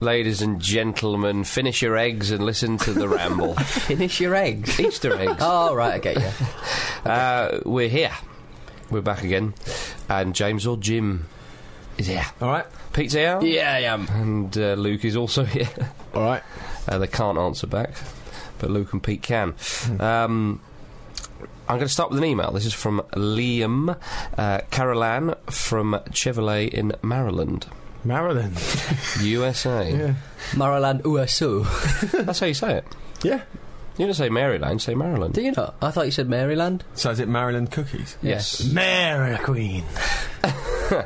Ladies and gentlemen, finish your eggs and listen to the ramble. Finish your eggs. Easter eggs. Oh, right, okay, yeah. Uh, we're here. We're back again. And James or Jim is here. All right. Pete's here. Yeah, I am. And uh, Luke is also here. All right. Uh, they can't answer back, but Luke and Pete can. Um, I'm going to start with an email. This is from Liam uh, Carolan from Chevrolet in Maryland, Maryland. USA. Yeah. Maryland USU. That's how you say it. Yeah. You don't say Maryland, say Maryland. Do you not? I thought you said Maryland. So is it Maryland cookies? Yes. Mary Queen.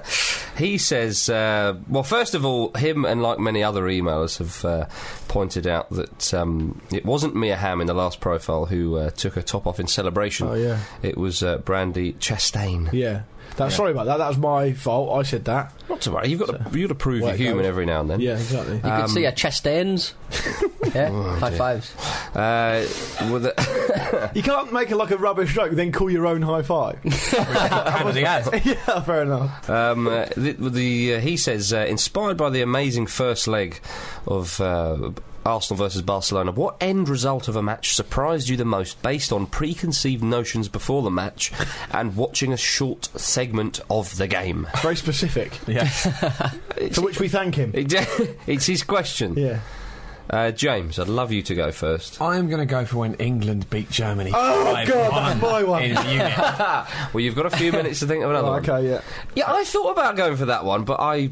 He says, uh, well, first of all, him and like many other emailers have uh, pointed out that um, it wasn't Mia Hamm in the last profile who uh, took her top off in celebration. Oh yeah. It was uh, Brandy Chastain. Yeah. That, Sorry about that. That was my fault. I said that. Not to worry, you've got to, you've got to prove Well, you're it human goes. every now and then. Yeah, exactly. You could see her chest ends. yeah, high dear. fives. Uh, with a- you can't make a, like a rubbish joke, then call your own high five. he has. yeah, fair enough. um, uh, the, the uh, he says, uh, inspired by the amazing first leg of. Uh, Arsenal versus Barcelona. What end result of a match surprised you the most based on preconceived notions before the match and watching a short segment of the game? Very specific. Yes. For which we thank him. It- It's his question. Yeah. Uh, James, I'd love you to go first. I'm going to go for when England beat Germany. Oh Five god, one that's my In one. the unit. Well, you've got a few minutes to think of another Oh, one. okay, yeah. Yeah, I thought about going for that one, but I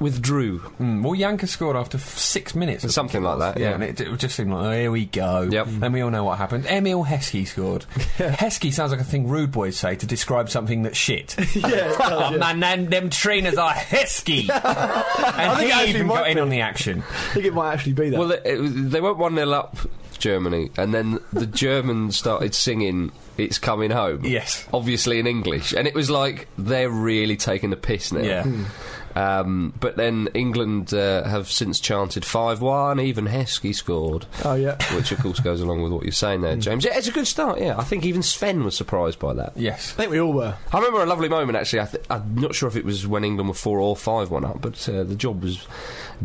withdrew. Mm, well, Yanka scored after f- six minutes. I think Something it like was. that, yeah. and it, it just seemed like, oh, here we go. Yep. And we all know what happened. Emil Heskey scored. Heskey sounds like a thing rude boys say to describe something that's shit. Yeah, it does, oh, yeah. man, them, them trainers are Heskey. and think it he actually even might got in be. on the action. I think it might actually be that. Well, it, it, was- they went 1 0 up, Germany, and then the Germans started singing It's Coming Home. Yes. Obviously in English. And it was like, they're really taking the piss now. Yeah. Hmm. Um, but then England uh, have since chanted 5 1, even Heskey scored. oh yeah. Which, of course, goes along with what you're saying Hmm. there, James. Yeah, it's a good start, yeah. I think even Sven was surprised by that. Yes. I think we all were. I remember a lovely moment actually. I th- I'm not sure if it was when England were four or five one up, but uh, the job was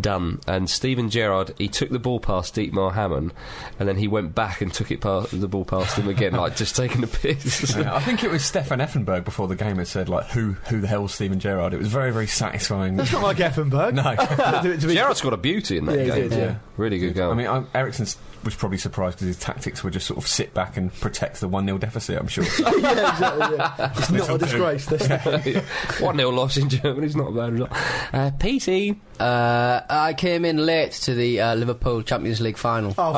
done. And Stephen Gerrard he took the ball past Dietmar Hammond, and then he went back and took it past the ball past him again, like just taking a piss. Yeah, I think it was Stefan Effenberg before the game had said like who who the hell's Steven Gerrard. It was very very satisfying. That's not like Effenberg. no, To- to be- Gerrard's got a beauty in that Yeah, he game. did, yeah. Really good goal. I mean I, Ericsson was probably surprised because his tactics were just sort of sit back and protect the one 0 deficit. I'm sure. yeah, exactly, yeah. It's not a disgrace. This one 0 loss in Germany is not a bad result. Uh, PT. Uh, I came in late to the uh, Liverpool Champions League final. Oh,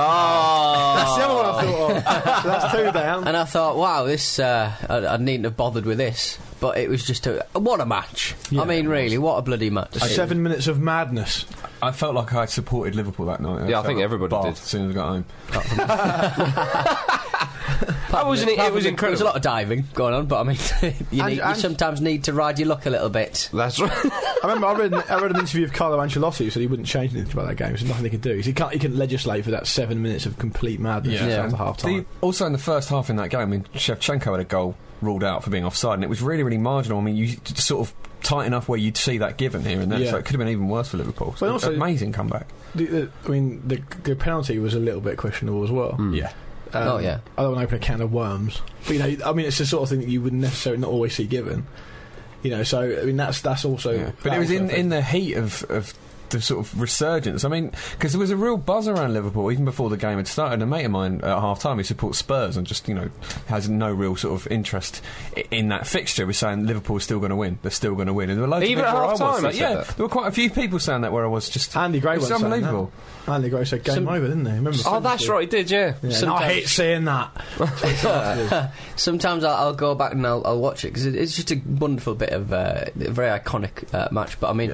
that's the other one I thought of. So that's two down. And I thought, wow, this uh, I, I needn't have bothered with this, but it was just a what a match. I mean, really, what a bloody match! Seven minutes of madness. I felt like I supported Liverpool that Yeah, night. I felt think like everybody barfed did. As soon as I got home, That wasn't it. Apart It was from the- There was a incredible. lot of diving going on, but I mean, you, And- need, you and- sometimes need to ride your luck a little bit. That's right. I remember I read, an, I read an interview of Carlo Ancelotti who said he wouldn't change anything about that game. There's nothing he could do. He said he can't. He can legislate for that seven minutes of complete madness Yeah. after half The- time. also in the first half in that game, I mean, Shevchenko had a goal ruled out for being offside, and it was really really marginal. I mean, you t- sort of tight enough where you'd see that given here and there, Yeah. so it could have been even worse for Liverpool. So But also- amazing comeback. The, the, I mean, the, the penalty was a little bit questionable as well. Hmm. Yeah. Um, Hmm. Oh, yeah. I don't want to open a can of worms. But, you know, I mean, it's the sort of thing that you wouldn't necessarily not always see given. You know, so I mean, that's that's also. Yeah. But it was in, in the heat of, of the sort of resurgence. I mean, because there was a real buzz around Liverpool even before the game had started. A mate of mine at half time who supports Spurs and just, you know, has no real sort of interest i- in that fixture was saying Liverpool's still going to win. They're still going to win. And there were loads Even of at people where I was half-time, that they said said that. that. There were quite a few people saying that where I was just. Andy Gray It's was saying that. unbelievable. Andy Gray said game Some- over, didn't they? Remember? Oh, that's right, he did, yeah. Yeah, and I Sometimes- hate saying that. Sometimes I'll, I'll go back and I'll, I'll watch it because it, it's just a wonderful bit of uh, a very iconic uh, match. But I mean,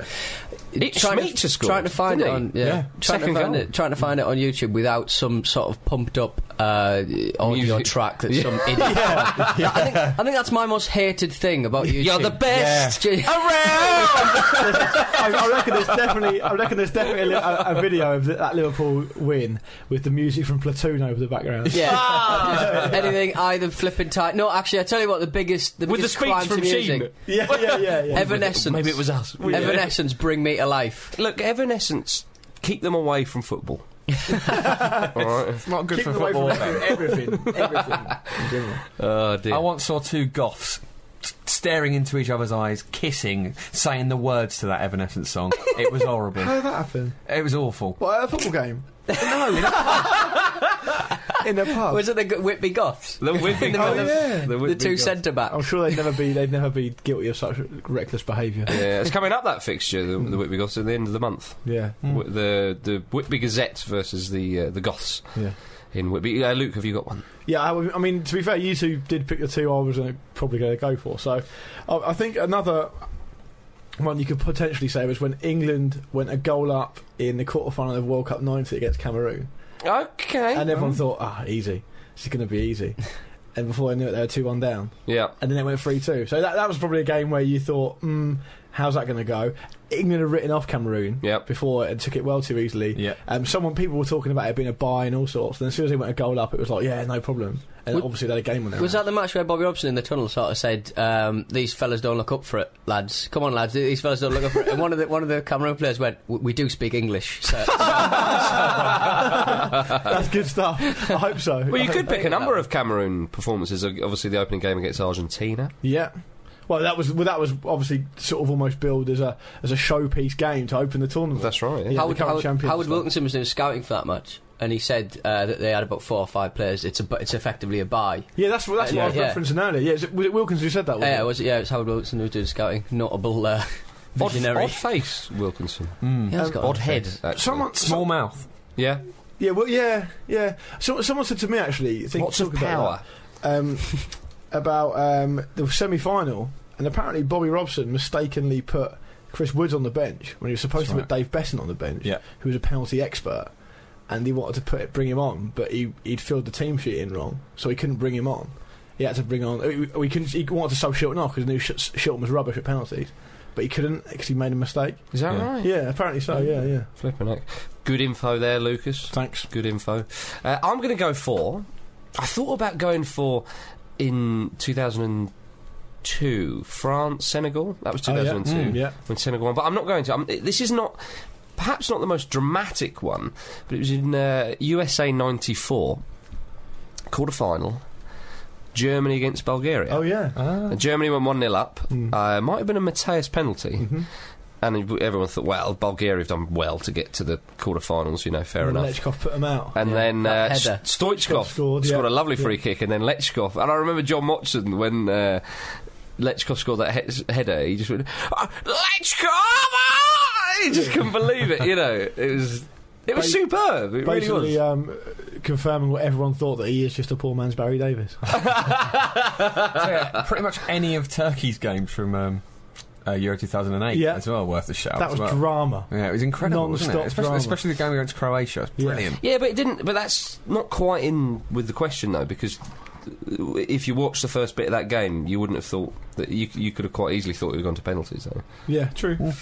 It- trying, Schmeichel to, scored, trying to find it didn't on he? yeah, Yeah. trying to Second find goal. it trying to find it on YouTube without some sort of pumped up uh, audio Music. track that some idiot. I, think, I think that's my most hated thing about YouTube. You're the best I, I reckon there's definitely, I reckon there's definitely a, a video of that Liverpool win with the music from Platoon over the background. Yeah. Anything either flipping tight. No, actually, I tell you what, the biggest the With the biggest speech crime from to music. Sheen. Oh, yeah, yeah, yeah. yeah. Evanescence. Maybe it was us. Evanescence, bring me to life. Look, Evanescence, keep them away from football. All right. It's not good Keep for them away from football. everything, everything. in general. Oh, dear. I once saw two goths t- staring into each other's eyes, kissing, saying the words to that Evanescence song. it was How horrible. did that happen? It was awful. What at a football game? no, in a pub. in a pub. Was it the G- Whitby Goths? The Whitby In the middle Goths. yeah. of Oh, The the Whitby two Goths. centre I'm backs. sure they'd never be they'd never be guilty of such reckless behaviour. Yeah, it's coming up that fixture, the, the Whitby Goths, at the end of the month. Yeah, Wh- The the Whitby Gazette versus the uh, the Goths yeah, in Whitby. Uh, Luke, have you got one? yeah. I, w- I mean, to be fair, you two did pick the two I was gonna- probably going to go for. So, I, I think another one you could potentially say was when England went a goal up in the quarterfinal of World Cup '90 against Cameroon, Oh, Okay. and everyone thought, ah, easy, it's going to be easy. and before I knew it, they were two-one down. yeah. and then they went 3 2. So that, that was probably a game where you thought, hmm, how's that going to go? England had written off Cameroon Yep. before and took it well too easily. Yeah. Um, someone People were talking about it being a buy and all sorts. And as soon as they went a goal up, it was like, yeah, no problem. And Was- obviously they had a game on their Was hands. that the match where Bobby Robson in the tunnel sort of said, um, "These fellas don't look up for it, lads. Come on, lads. These fellas don't look up for it." And one of the one of the Cameroon players went, "W- "We do speak English." So, That's good stuff. I hope so. Well, you I- could pick a number of Cameroon performances. uh, Obviously, the opening game against Argentina. Yeah. Well, that was well, that was obviously sort of almost billed as a as a showpiece game to open the tournament. That's right. yeah. Yeah, Howard, the current Howard, champions Howard and stuff. Wilkinson was doing scouting for that match, and he said uh, that they had about four or five players. It's a, bu- it's effectively a buy. yeah, that's what that's what Uh, Yeah. I was referencing earlier. Yeah, is it, was it Wilkins who said that? Yeah, it? it Uh, was yeah, it was Howard Wilkinson who was doing scouting. Notable uh, Odd, visionary. odd face, Wilkinson. Mm. Yeah, he's got an Odd head. face. actually. Someone, Small mouth. Yeah. yeah, well, yeah, yeah. So, someone said to me actually, think, Lots of talk about that. power. um, about um, the semi final, and apparently Bobby Robson mistakenly put Chris Woods on the bench when he was supposed That's to put Dave Besson on the bench, Yeah. who was a penalty expert, and he wanted to put it, bring him on, but he he'd filled the team sheet in wrong, so he couldn't bring him on. He had to bring on. We, we couldn't. He wanted to sub Shilton off because he knew Sh- Shilton was rubbish at penalties, but he couldn't because he made a mistake. Is that Yeah. right? Yeah, apparently so. Yeah, yeah. Flipping heck. Good info there, Lucas. Thanks. Good info. Uh, I'm going to go for. I thought about going for in 2002 France Senegal. That was Oh, yeah. 2002 Mm. Yeah. when Senegal won. But I'm not going to. I'm, this is not. Perhaps not the most dramatic one, but it was in uh, USA '94 quarter final, Germany against Bulgaria. Oh yeah. And Germany went one 0 up. Mm. Uh, it might have been a Mateus penalty. Mhm. And it- everyone thought, well, Bulgaria have done well to get to the quarterfinals, you know, fair enough. Lechkov put him out. And Yeah, then uh, that S- header. Stoichkov scored, Scored, yeah. a lovely Yeah. free kick, and then Lechkov. And I remember John Watson when uh, Lechkov scored that he- header. He just went, "Ah, Lechkov! Ah!" He just couldn't believe it. You know, it was it was Ba- superb. It really Basically, was. um, confirming what everyone thought that he is just a poor man's Barry Davis. So, yeah, pretty much any of Turkey's games from um, uh, Euro 2008 Yeah. as well worth a shout. that as was well. drama. yeah, it was incredible, wasn't it? Non-stop Especially, drama. especially the game against Croatia. It's Yeah. Brilliant. Yeah, but it didn't. But that's not quite in with the question though, because uh, if you watched the first bit of that game, you wouldn't have thought that you you could have quite easily thought it had gone to penalties. Though Yeah, true.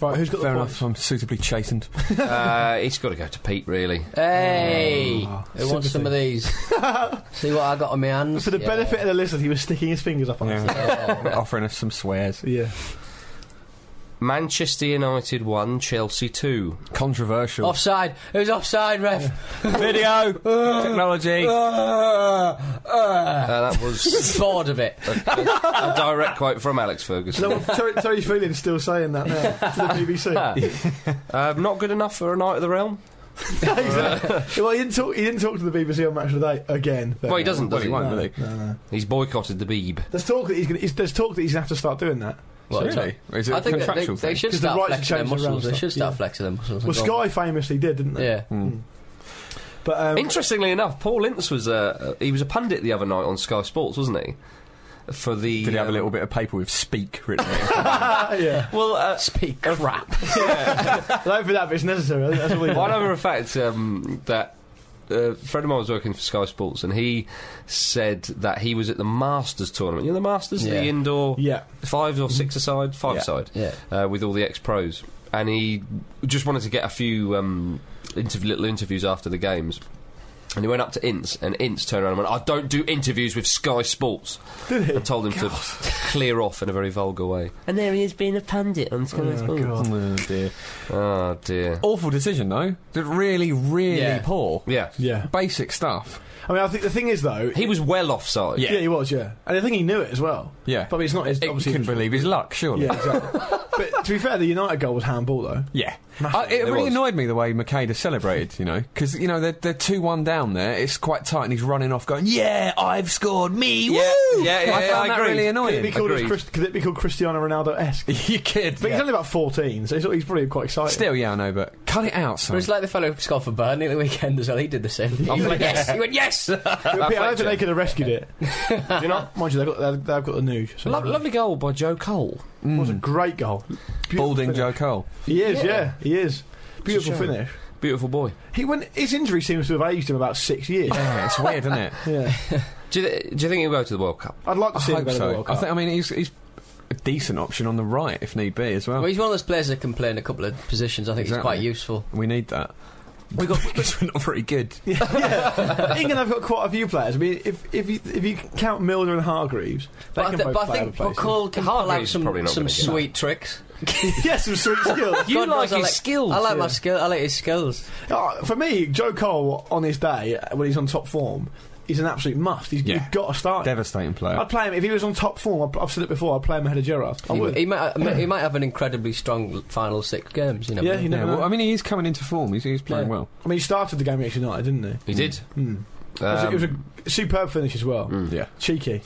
Right, who's got Fair the enough, I'm suitably chastened. uh, it's got to go to Pete really. Hey, Ah, who wants some of these? See what I got on my hands. points? For the Yeah. benefit of the listener, he was sticking his fingers up on Yeah. his Yeah. Offering us some swears. Yeah. Manchester United 1, Chelsea 2. Controversial. Offside. It was offside, ref. Video technology. Ah, Uh, that was Bored of it. a direct quote from Alex Ferguson. No, Terry, Terry Fielding's still saying that now to the BBC. Uh, not good enough for a night of the realm. Exactly. well, he didn't, talk, he didn't talk to the BBC on Match of the Day again. Well, he doesn't. Well, Does he he? won't, will he? No, no. He's boycotted the Beeb. There's talk that he's going. There's talk that he's going to have to start doing that. Well, really? Or Is it I a think that they, contractual they thing? should 'Cause the start rights have flexing their changed around muscles. They stuff, should start yeah. flexing their muscles. Well, and go, Sky famously did, didn't they? Yeah. Hmm. But um, Interestingly enough, Paul Ince was a he was a pundit the other night on Sky Sports, wasn't he? For the Did he have a um, little bit of paper with speak written on it? yeah, Well, uh, Speak crap. I don't think that bit's necessary. I think that's all we I know for a fact um, that uh, a friend of mine was working for Sky Sports, and he said that he was at the Masters tournament. You know, the Masters, Yeah. the indoor Yeah, fives or six aside, five Yeah. side, Yeah. uh, with all the ex pros, and he just wanted to get a few um, interv- little interviews after the games. And he went up to Ince, and Ince turned around and went, "I don't do interviews with Sky Sports." did he? And told him to clear off in a very vulgar way. And there he is being a pundit on Sky Oh, Sports. God. oh dear. Oh dear. Awful decision though. Did really, really Yeah. poor. Yeah, Yeah, Basic stuff. I mean, I think the thing is though, he was well offside. yeah. he was, yeah, and I think he knew it as well. Yeah. but it's not his. It obviously, couldn't it was- believe his luck, surely. Yeah, exactly. but to be fair, the United goal was handball though. Yeah. Uh, it, really was. annoyed me the way Makeda celebrated, you know, because, you know, they're, they're 2 1 down there. It's quite tight, and he's running off going, Yeah, I've scored me. Yeah, Woo! yeah, yeah, I yeah, found I that agree. really Could it be annoying. called, as Agreed. Chris, could it be called Cristiano Ronaldo esque? you kid. But he's only about 14, so he's, he's probably quite excited. Still, yeah, I know, but cut it out, But son. it's like the fellow who scored for Burnley at the weekend as well. He did the same. Oh, He went, yes. He went yes. But Pete, I don't Fletcher. think they could have rescued it. Do you not? Mind you, they've got, they've, they've got the news. So Lo- lovely goal by Joe Cole. It was a great goal. Beautiful Balding finish. Joe Cole. He is, yeah, he is. Beautiful shame. finish. Beautiful boy. He went, His injury seems to have aged him about six years. Yeah, it's weird, isn't it? yeah. Do you, th- do you think he'll go to the World Cup? I'd like to I see him hope go to the so. World I, Cup. think, I mean, he's, he's a decent option on the right if need be as well. Well, he's one of those players that can play in a couple of positions. I think he's Exactly. quite useful. We need that. We got because we're not very good. yeah. England have got quite a few players. I mean, if, if, you, if you count Milner and Hargreaves, they But I, can thi- both but I play think other places. Cole can pull out Hargreaves is probably some, not some gonna get sweet tricks. yeah, some sweet skills. You God like knows I his skills. I like my yeah. skill. I like his skills. Oh, for me, Joe Cole on his day uh, when he's on top form, he's an absolute must. He's, Yeah. You've got to start. him. Devastating player. I'd play him if he was on top form. I've, I've said it before. I'd play him ahead of Gerrard. I He, would. he might uh, he might have an incredibly strong final six games. You know. yeah, you yeah, never know. well, I mean, he is coming into form. He's, he's playing Yeah. well. I mean, he started the game against United, didn't he? He did. Mm. It, was a, Um, it was a superb finish as well. Mm. Yeah. Cheeky.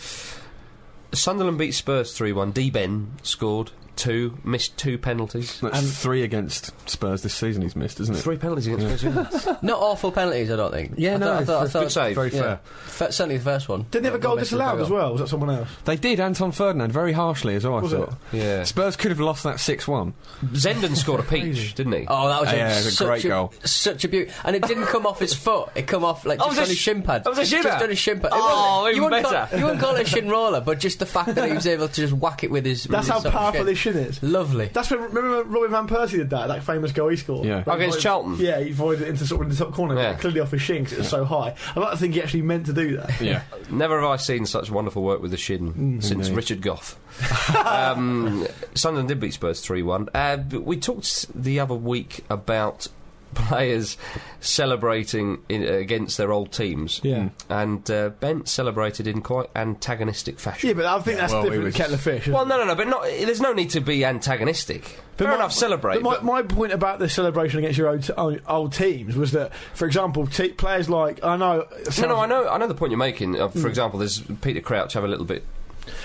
Sunderland beat Spurs 3 1. D Ben scored two, missed two penalties. That's three against Spurs this season he's missed, isn't it? Three penalties against Spurs. yeah. Not awful penalties. I don't think. I Yeah, no, Thought, I thought, I it's- thought, Good save. Very yeah. fair. Fe- certainly the first one. Didn't they have a Not goal missed disallowed very as well. well? Was that someone else? They did, Anton Ferdinand, very harshly as well, Was I thought. it? yeah. Spurs could have lost that 6 1. Zenden scored a peach, didn't he? Oh, that was, a, Yeah, it was a such great goal. Such a beauty, and it didn't come off his foot. It come off like Oh, just it on was a his sh- shin pad. it was a shin just pad? on his shin pad. Oh, It wasn't- you even wouldn't better. Call, you wouldn't call it a shin roller, but just the fact that he was able to just whack it with his. That's with how his sort of powerful shin. his shin is. Lovely. That's when remember when Robin van Persie did that that famous goal he scored. Yeah. Like, Against voided- Charlton? Yeah, he voided it into sort of in the top corner, but Yeah. clearly off his shin 'cause it was so high. I like to think he actually meant to do that. Yeah. Never have I seen such wonderful work with the shin since Indeed. Richard Gough. um, Sunderland did beat Spurs 3 1. Uh, but we talked the other week about players celebrating in, uh, against their old teams. Yeah. And uh, Bent celebrated in quite antagonistic fashion. Yeah, but I think that's well, different he was- kettle of fish. isn't Well, it? no, no, no, but not, there's no need to be antagonistic. Fair my- enough, celebrate. But my, but- my point about the celebration against your old, old, old teams was that, for example, te- players like I know. no, no, I know, I know the point you're making. Uh, for Hmm. example, there's Peter Crouch have a little bit.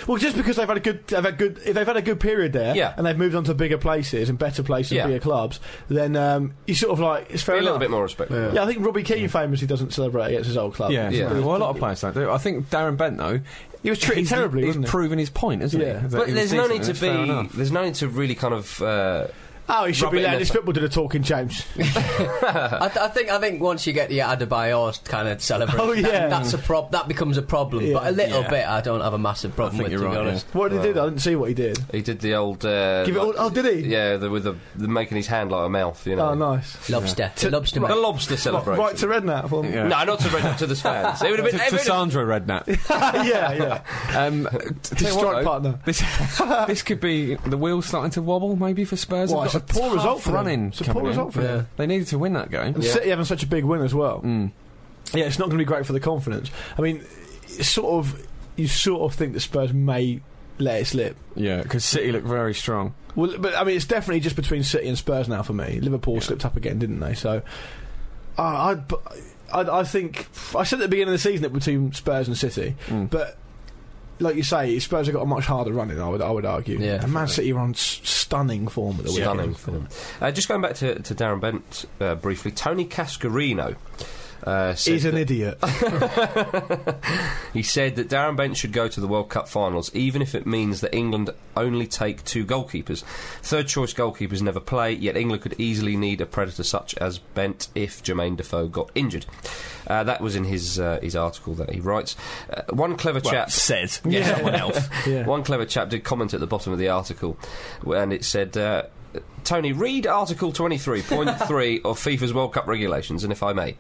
Well, just because they've had a good, they've had good, if they've had a good period there, Yeah. and they've moved on to bigger places and better places, Yeah. and bigger clubs, then um, you sort of like it's Be fair a enough. little bit more respect. Yeah. Yeah, I think Robbie Keane famously doesn't celebrate against his old club. Yeah. Yeah. Well, a lot of players don't do. I think Darren Bent, though, he was treated he's, terribly, he's wasn't he? proven his point, isn't Yeah. he? That But he was there's no decent need and to it's fair be. enough. There's no need to really kind of. Uh, Oh, he should Rub be it in letting there. his football do the talking, James. I, th- I think I think once you get the Adebayor kind of celebration, Oh, that- yeah. that's a prob- that becomes a problem. Yeah. But a little Yeah. bit, I don't have a massive problem think with, you're to be right, yeah. honest. What did he do? though? I didn't see what he did. He did the old. Uh, Give it all. like- Oh, did he? Yeah, the, with the, the making his hand like a mouth, you know. Oh, nice. Lobster, To- lobster. The mate. lobster celebration. Right to Redknapp. for Yeah. me. No, not to Red to the fans. It would have to, been. to it would've- Sandra Redknapp. yeah, yeah. Um, His strike partner. This, this could be the wheels starting to wobble, maybe for Spurs. Well, They've it's a got poor tough result for run them. in It's a coming poor in. result for them. They needed to win that game. And City having such a big win as well. Mm. Yeah, it's not going to be great for the confidence. I mean, it's sort of, you sort of think that Spurs may let it slip. Yeah, because City look very strong. Well, but I mean, it's definitely just between City and Spurs now for me. Liverpool slipped up again, didn't they? So, I, I, I, I think I said at the beginning of the season it between Spurs and City, Mm. but like you say, Spurs have got a much harder running. I would, I would argue. Yeah. and Man City were on s- stunning form at the Stunning weekend. film. Uh, just going back to, to Darren Bent uh, briefly, Tony Cascarino. Uh, said He's an idiot. he said that Darren Bent should go to the World Cup finals, even if it means that England only take two goalkeepers. Third choice goalkeepers never play, yet England could easily need a predator such as Bent if Jermaine Defoe got injured. Uh, that was in his uh, his article that he writes. Uh, one clever Well, chap says someone else. yeah. One clever chap did comment at the bottom of the article, and it said, uh, Tony, read Article 23.3 of FIFA's World Cup regulations, and if I may.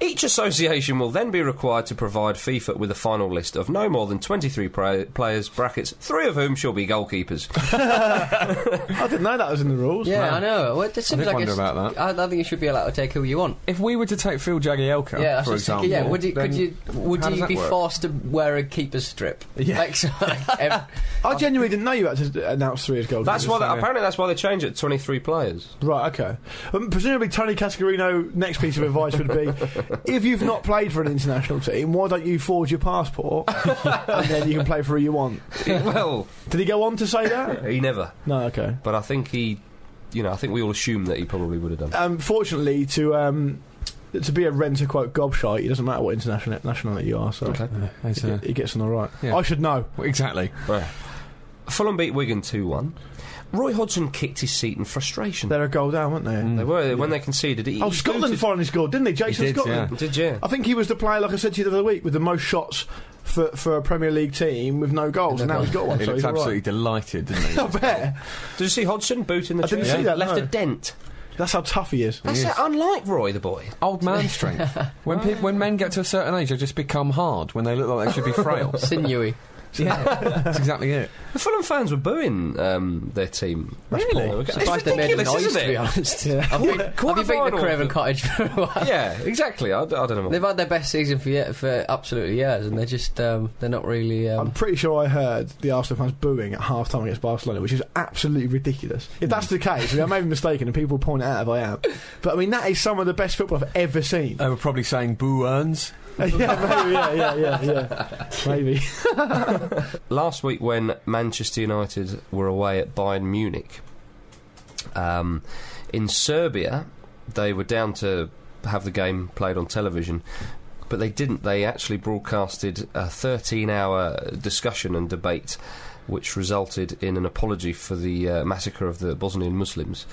Each association will then be required to provide FIFA with a final list of no more than 23 pra- players, brackets, three of whom shall be goalkeepers. I didn't know that was in the rules. Yeah, I know. Well, it just seems did like wonder it's- about that. I, I think you should be allowed to take who you want. If we were to take Phil Jagielka, yeah, I was for just thinking, example, yeah. Would you, could then you would how does you that be work? forced to wear a keeper's strip? Yeah. Like, so, like, ev- I genuinely didn't know you had to announce three as goalkeepers. That's why. thing, yeah. apparently, that's why they changed it to 23 players. Right, okay. Um, presumably, Tony Cascarino, next piece of advice would be if you've not played for an international team, why don't you forge your passport and then you can play for who you want? well, Did he go on to say that? he never. No, okay. But I think he, you know, I think we all assume that he probably would have done. Um, fortunately, to um, to be a renter quote gobshite, it doesn't matter what international nationality you are, so Okay. Yeah, it's, he, uh, he gets on all right. Yeah. I should know. exactly. Fulham beat Wigan 2 1. Roy Hodgson kicked his seat in frustration. They're a goal down, weren't they? Mm. They were when they conceded. He, Oh, he Scotland Oh. booted- finally scored, didn't they? Jason did, Scotland. yeah. Did you? I think he was the player, like I said to you the other week, with the most shots for, for a Premier League team with no goals, and now he's got one. He so looked he's all absolutely right. delighted, didn't he? I bet. Did you see Hodgson boot in the I didn't chair? see that, Left a no. dent. That's how tough he is. That's Yes. it, unlike Roy the boy. Old man strength. when peop when men get to a certain age, they just become hard. When they look like they should be frail. sinewy. yeah, that's exactly it. The Fulham fans were booing um, their team. Really? It's Surprised they made a ridiculous, noise, isn't to be it? honest. Yeah. Have, you, have you been to Quarterfinal. Craven Cottage for a while? Yeah, exactly. I, I don't know. They've had their best season for ye- for absolutely years, and they're just um, they're not really. I'm Um, pretty sure I heard the Arsenal fans booing at half time against Barcelona, which is absolutely ridiculous. If that's the case, I, mean, I may be mistaken, and people point out if I am. But I mean, that is some of the best football I've ever seen. They were probably saying "boo earns." yeah, maybe, yeah, yeah, yeah, yeah. Maybe. Last week, when Manchester United were away at Bayern Munich, um, in Serbia, they were down to have the game played on television. But they didn't. They actually broadcasted a 13 hour discussion and debate, which resulted in an apology for the uh, massacre of the Bosnian Muslims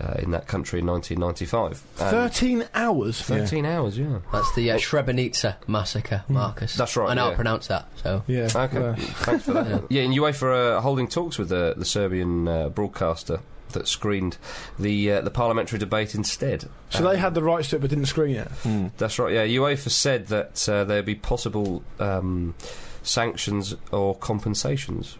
uh, in that country in 1995. And 13 hours. 13 hours, yeah. that's the uh, Srebrenica massacre, Hmm. Marcus. That's right, I know how yeah. to pronounce that. So Yeah. Okay, yeah. thanks for that. yeah, and UEFA are uh, holding talks with the, the Serbian uh, broadcaster that screened the uh, the parliamentary debate instead. Um, So they had the rights to it but didn't screen it. Hmm. That's right. Yeah, UEFA said that uh, there'd be possible um, sanctions or compensations.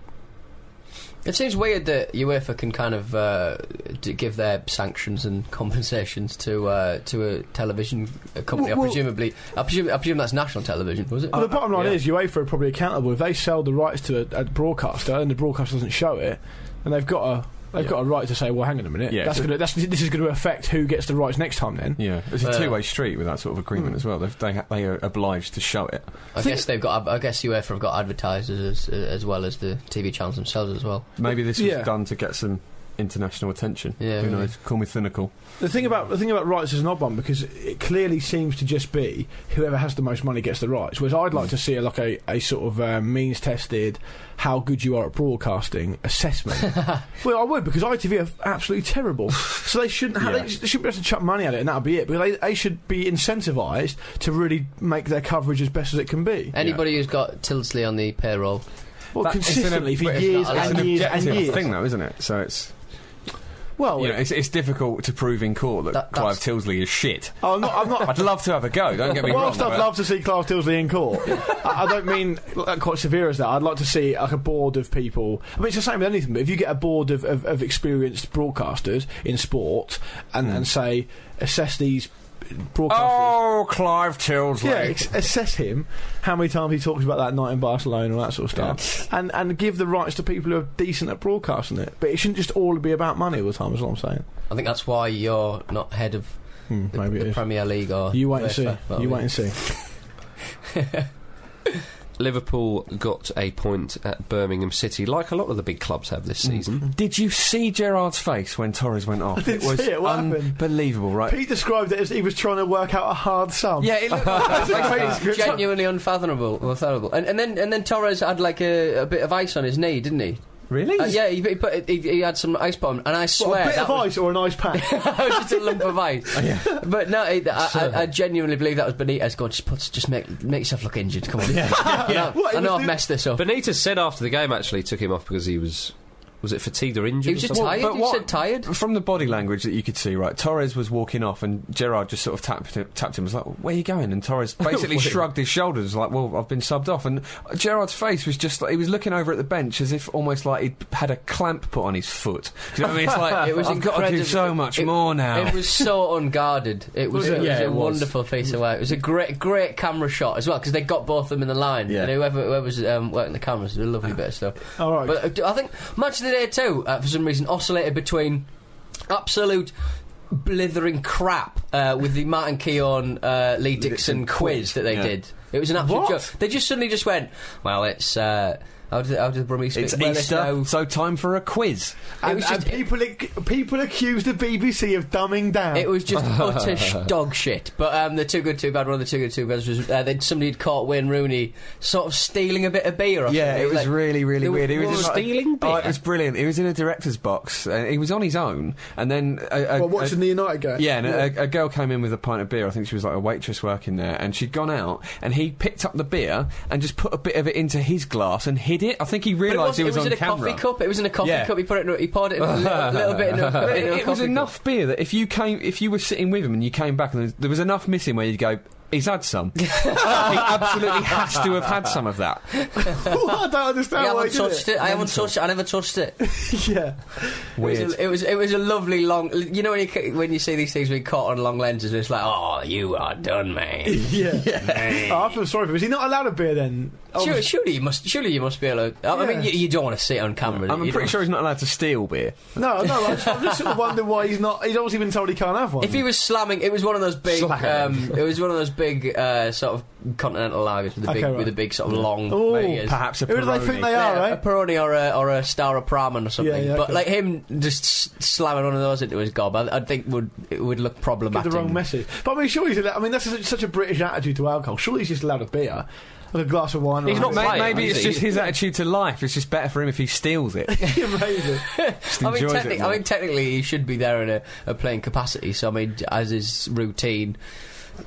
it seems weird that UEFA can kind of uh, d- give their sanctions and compensations to uh, to a television company. Well- Uh, well- I presumably, I presume, I presume that's national television, was it? Well, the bottom line yeah. is UEFA are probably accountable if they sell the rights to a, a broadcaster and the broadcaster doesn't show it, and they've got a they've got a right to say, well, hang on a minute, Yeah, that's so- gonna, that's, this is going to affect who gets the rights next time. Then Yeah, it's a Uh, two-way street with that sort of agreement as well. They they, ha- they are obliged to show it. I guess they've got. I guess UEFA have got advertisers as, as well as the TV channels themselves as well. Maybe this was Yeah. done to get some international attention. Yeah, Who really. knows? Call me cynical. The thing about the thing about rights is an odd one because it clearly seems to just be whoever has the most money gets the rights. Whereas I'd like to see a, like a, a sort of uh, means tested how good you are at broadcasting assessment. well, I would because ITV are absolutely terrible, so they shouldn't have, Yeah. they, just- they shouldn't be able to chuck money at it and that'll be it. Because they, they should be incentivised to really make their coverage as best as it can be. Anybody who's got Tilsley on the payroll, Well, That- it's an- consistently for but it's years not- it's It's and an years and objective years. Oh, thing, though, isn't it? So it's Well, you know, it's, it's difficult to prove in court that, That- Clive that's- Tilsley is shit. I'm not. I'm not I'd love to have a go. Don't get me Whilst wrong. I'd but- love to see Clive Tilsley in court, I, I don't mean like, quite severe as that. I'd like to see like a board of people. I mean, it's the same with anything. But if you get a board of, of, of experienced broadcasters in sport and, and say assess these broadcasters. Oh, Clive Tilsley. Yeah, ex- assess him, how many times he talks about that night in Barcelona and that sort of stuff, and and give the rights to people who are decent at broadcasting it. But it shouldn't just all be about money all the time. Is what I'm saying. I think that's why you're not head of Hmm, the, maybe the it is. Premier League or You wait and UEFA. see. That'll You be- wait and see. Liverpool got a point at Birmingham City, like a lot of the big clubs have this season. Did you see Gerard's face when Torres went off? didn't was see it. What happened? unbelievable, right? Pete described it as he was trying to work out a hard sum. yeah, it looked like That's a great uh, description. Genuinely unfathomable, unfathomable. And, and then and then Torres had like a, a bit of ice on his knee, didn't he? really. Uh, yeah, he, he, put, he, he had some ice bomb, and I swear What, a bit that of was, ice or an ice pack? that was just a lump of ice. But no, it, I, I, I genuinely believe that was Benitez. God, just put, just make make yourself look injured. Come on, I know, What, he I know I've was doing- messed this up. Benitez said after the game actually took him off because he was was it fatigued or injured? he was or just something? tired. but He what- said tired. From the body language that you could see, right? Torres was walking off, and Gerard just sort of tapped him, tapped him. Was like, "Where are you going?" And Torres basically shrugged his shoulders, like, "Well, I've been subbed off." And Gerard's face was just like he was looking over at the bench as if almost like he'd had a clamp put on his foot. Do you know what I mean? It's like It was I've got to do incredible. so much It- more now. It was so unguarded. It was, Was it? it was Yeah, a it was. wonderful piece of work. It was a great, great camera shot as well because they got both of them in the line. Yeah. And whoever, whoever was um, working the cameras, did a lovely bit of stuff. All right. But uh, I think much of the day too, uh, for some reason, oscillated between absolute blithering crap uh, with the Martin Keown uh, Lee Dixon quiz that they yeah. did. It was an absolute What? joke. They just suddenly just went, well, it's. Uh, how did, how did Brummies it's well, Easter, now- so time for a quiz. it and was and just people, ac- people accuse the BBC of dumbing down. It was just um, utter sh- dog shit. But um, the too good, too bad one of the too good, too bad was uh, they'd, somebody had caught Wayne Rooney sort of stealing a bit of beer. Off Yeah, somebody. it was Like, really, really there weird. He was was just stealing Oh, beer? it was brilliant. He was in a director's box. Uh, he was on his own, and then a, a, well, watching a- the United game. yeah, and A, a girl came in with a pint of beer. I think she was like a waitress working there, and she'd gone out, and he picked up the beer and just put a bit of it into his glass and hid it. I think he But it, realised was, he it was, was in on a camera. coffee cup. It was in a coffee Yeah. cup. He put it. In, a- he poured it in a little, little bit. In a, in But it, a it was coffee cup. enough beer that if you came, if you were sitting with him and you came back, and there was, there was enough missing where you'd go. He's had some. he absolutely has to have had some of that. I don't understand I why haven't he did touched it. I haven't touched it. I never touched it. It yeah. was, Weird. a, it was it was a lovely long. You know when you ca- when you see these things being caught on long lenses, it's like, oh, you are done, man. Yeah. Oh, I feel sorry for him. Is he not allowed a beer then? Oh, Surely, surely you must. Surely you must be able to. I mean, Yeah. you, you don't want to see it on camera. do I'm you? pretty You sure he's not allowed to steal beer. No, no. I just, I just sort of wonder why he's not. He's obviously been told he can't have one. If he was slamming, it was one of those big. Um, it was one of those big uh, sort of continental lagers with a big, Okay, right. with a big sort of long. oh, fingers. Perhaps a who do they Peroni. think they Yeah, are? eh? a Right? Peroni or a or a star of Praman or something. Yeah, yeah, but okay. like him just s- slamming one of those into his gob, I, I think would it would look Give problematic. the wrong message. But I mean, surely he's. Allowed, I mean, that's such- such a British attitude to alcohol. Surely he's just allowed a beer, like a glass of wine. or He's a- not May- playing, maybe is it's he? just his attitude to life. It's just better for him if he steals it. Just Amazing. I mean, enjoys it technic- more. I mean, technically, he should be there in a, a playing capacity. So I mean, as his routine,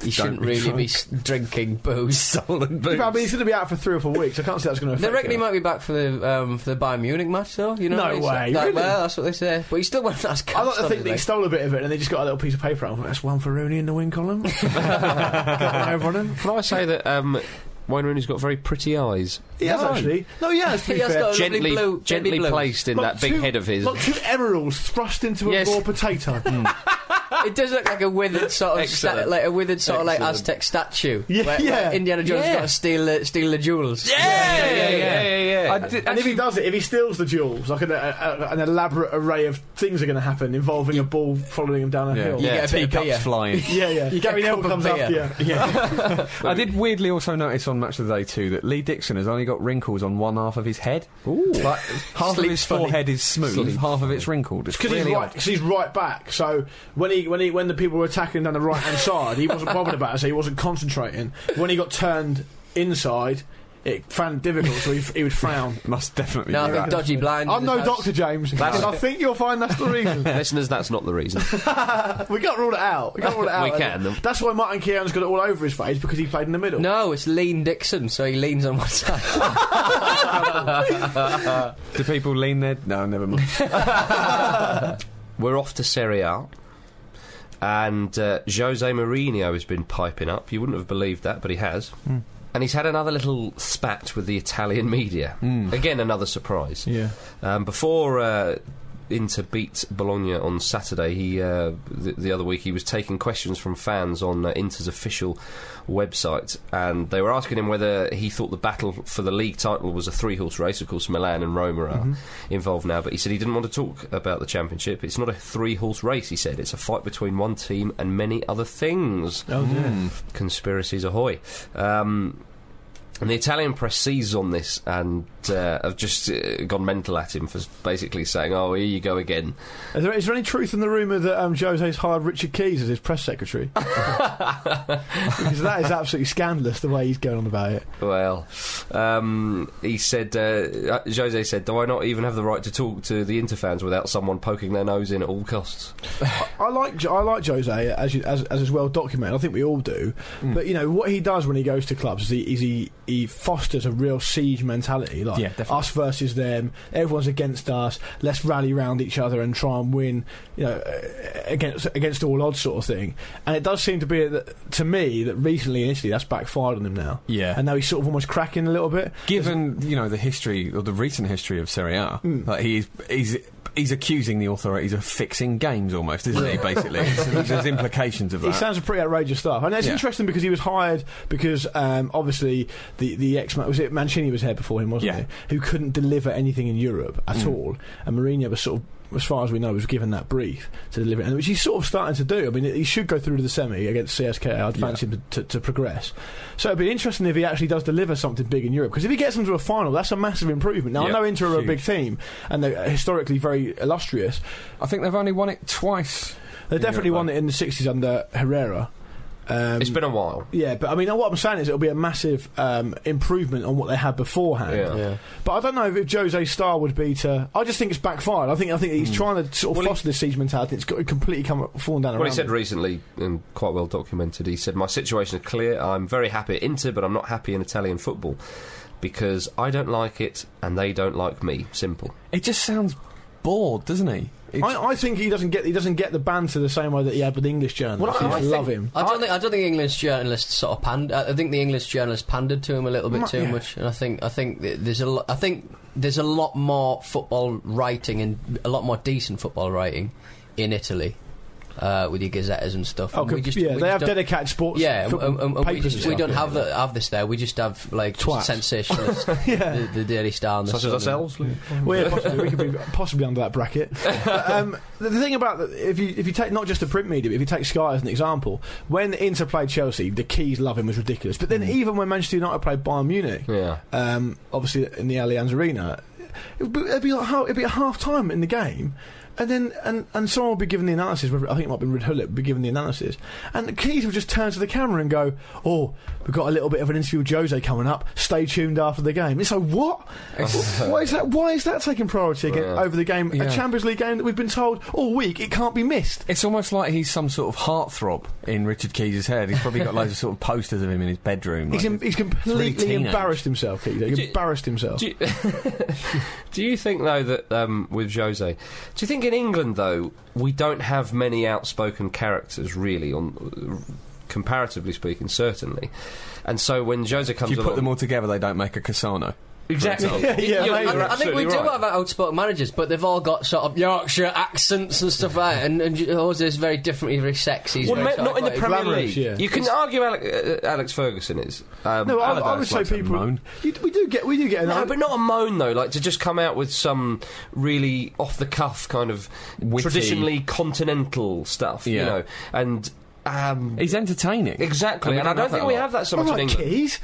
he shouldn't be really drunk. be s- drinking booze. stolen boots. But I mean, he's going to be out for three or four weeks. I can't see that's going to They affect. reckon he him. might be back for the um, for the Bayern Munich match, though. You know, No what I mean? So- like, way, really? Well, that's what they say. But he still went. That's I like to think that he stole a bit of it and they just got a little piece of paper out. and went, That's one for Rooney in the win column. got one over on him. Can I say that um, Wayne Rooney's got very pretty eyes, He has actually. No, he has. To be He has fair. got a gently lovely blue, gently blue. placed in Like that big two- head of his. Like two emeralds thrust into a Hmm. Yes. raw potato. it does look like a withered sort of sta- Excellent. like a withered sort of like Excellent. Aztec statue. Yeah, where, yeah. where Indiana Jones Yeah. got to steal the, steal the jewels. yeah, yeah, yeah, yeah, yeah. I did- And if he does it, if he steals the jewels, like an, a, a, an elaborate array of things are going to happen involving a ball following him down a yeah, hill. You yeah, get a bit of teacups beer. flying. yeah, yeah. You get Gary a Neville cup of comes beer. after you. Yeah. I did weirdly also notice on Match of the Day too that Lee Dixon has only got wrinkles on one half of his head. Ooh. Like, half of Sleeps his funny. forehead is smooth, half of it's wrinkled. It's Because really he's odd. right, cause he's right back. So when he when he when the people were attacking him down the right hand side, he wasn't bothered about it. So he wasn't concentrating. When he got turned inside, it found difficult. So he, f- he would frown. Must definitely No, I be think that. dodgy blind. I'm no doctor, James. and I think you'll find that's the reason. Listeners, that's not the reason. we can't rule it out. We can't rule it out. We can. That's why Martin Keown's got it all over his face because he played in the middle. No, it's Lean Dixon, so he leans on one side. Do people lean their? No, never mind. We're off to Serie A. And uh, Jose Mourinho has been piping up. You wouldn't have believed that, but he has. And he's had another little spat with the Italian media. Mm. Again, another surprise. Yeah. Um, before uh, Inter beat Bologna on Saturday, he uh, the, the other week he was taking questions from fans on uh, Inter's official website, and they were asking him whether he thought the battle for the league title was a three-horse race. Of course, Milan and Roma are involved now, but he said he didn't want to talk about the championship. It's not a three-horse race. He said it's a fight between one team and many other things Oh dear. Mm. conspiracies ahoy. Um, and the Italian press seized on this and uh, have just uh, gone mental at him for basically saying, "Oh, here you go again." Is there, is there any truth in the rumour that um, Jose's hired Richard Keys as his press secretary? because that is absolutely scandalous the way he's going on about it. Well, um, he said, uh, Jose said, "Do I not even have the right to talk to the Inter fans without someone poking their nose in at all costs?" I like Jo- I like Jose as you, as, as is well documented. I think we all do. Hmm. But you know what he does when he goes to clubs is he is he, he fosters a real siege mentality, like Yeah, definitely. us versus them. Everyone's against us. Let's rally round each other and try and win. You know, uh, against against all odds, sort of thing. And it does seem to be that, to me that recently in Italy that's backfired on him now. Yeah. and now he's sort of almost cracking a little bit. Given you know the history or the recent history of Serie A, like he's he's he's accusing the authorities of fixing games almost, isn't he? Basically, There's- there's implications of He that. sounds a pretty outrageous stuff, and it's Yeah. interesting because he was hired because um, obviously the the ex was it Mancini was here before him, wasn't Yeah. Mm. he? Who couldn't deliver anything in Europe at all, and Mourinho was sort of, as far as we know, was given that brief to deliver it, and which he's sort of starting to do. I mean, he should go through to the semi against CSK. I'd fancy him to, to, to progress. So it'd be interesting if he actually does deliver something big in Europe because if he gets them to a final, that's a massive improvement. Now Yeah. I know Inter are a big team and they're historically very illustrious. I think they've only won it twice. They in definitely Europe, won it in the '60s under Herrera. Um, it's been a while. yeah, but I mean, what I'm saying is it'll be a massive um, improvement on what they had beforehand. Yeah. Yeah. But I don't know if Jose's style would be to. I just think it's backfired. I think I think he's Hmm. trying to sort of Well, he- foster this siege mentality. It's got completely come fallen down. Well, around he said it. recently, and quite well documented, he said, My situation is clear. I'm very happy at Inter, but I'm not happy in Italian football because I don't like it and they don't like me. Simple. It just sounds bored, doesn't he? It's- I, I think he doesn't get he doesn't get the banter the same way that he had with English journalists. Well, I- I, I love think- him. I don't think I don't think English journalists sort of pand. I I think the English journalists pandered to him a little bit Ma- too yeah. much, and I think I think th- there's a lo- I think there's a lot more football writing and a lot more decent football writing in Italy uh, with your gazettas and stuff. Oh, And we just- yeah, we they just have don't- dedicated sports. Yeah, and, football and, and we, papers just, and we stuff, don't yeah. have the, have this there. We just have like just Twats. sensationalists, the, the Daily Star, and the Such as Sun. ourselves. Luke. Well, yeah, possibly. we could be possibly under that bracket. But, um, the, the thing about the, if you if you take not just the print media, but if you take Sky as an example, when Inter played Chelsea, the keys love him was ridiculous. But then even when Manchester United played Bayern Munich, Yeah. um, obviously in the Allianz Arena, it'd be, it'd be like how it'd be at half time in the game. And then and, and someone would be given the analysis. Whether, I think it might be Red Hullet would be given the analysis, and the keys would just turn to the camera and go, "Oh, we've got a little bit of an interview with Jose coming up. Stay tuned after the game." It's like what? why is that? Why is that taking priority again, Yeah. over the game? Yeah. A Champions League game that we've been told all week it can't be missed. It's almost like he's some sort of heartthrob in Richard Keys' head. He's probably got loads of sort of posters of him in his bedroom. He's, like- em- he's completely teenage. embarrassed himself. Keys. He's Do- embarrassed himself. Do you, do you think though that um, with Jose, do you think in England though we don't have many outspoken characters really on comparatively speaking certainly, and so when Jose if comes you put along, them all together, they don't make a Casano. Exactly. Yeah, yeah, You're- maybe. you're I- I think absolutely we do right. have outspoken managers, but they've all got sort of Yorkshire accents and stuff like that. And, and Jose's very different, he's very sexy. he's Well, very ma- sort of not in the quite- Premier glamorous, League. yeah. You can argue Alec, uh, Alex Ferguson is. Um, No, I, I Allardyce would say likes to people. moan. You, we do get we do get an No, but not a moan though. Like to just come out with some really off the cuff kind of Witty. traditionally continental stuff, you Yeah. know, and um, He's entertaining. exactly. we And I don't have think that we a lot. have that so All much in right, England. keys.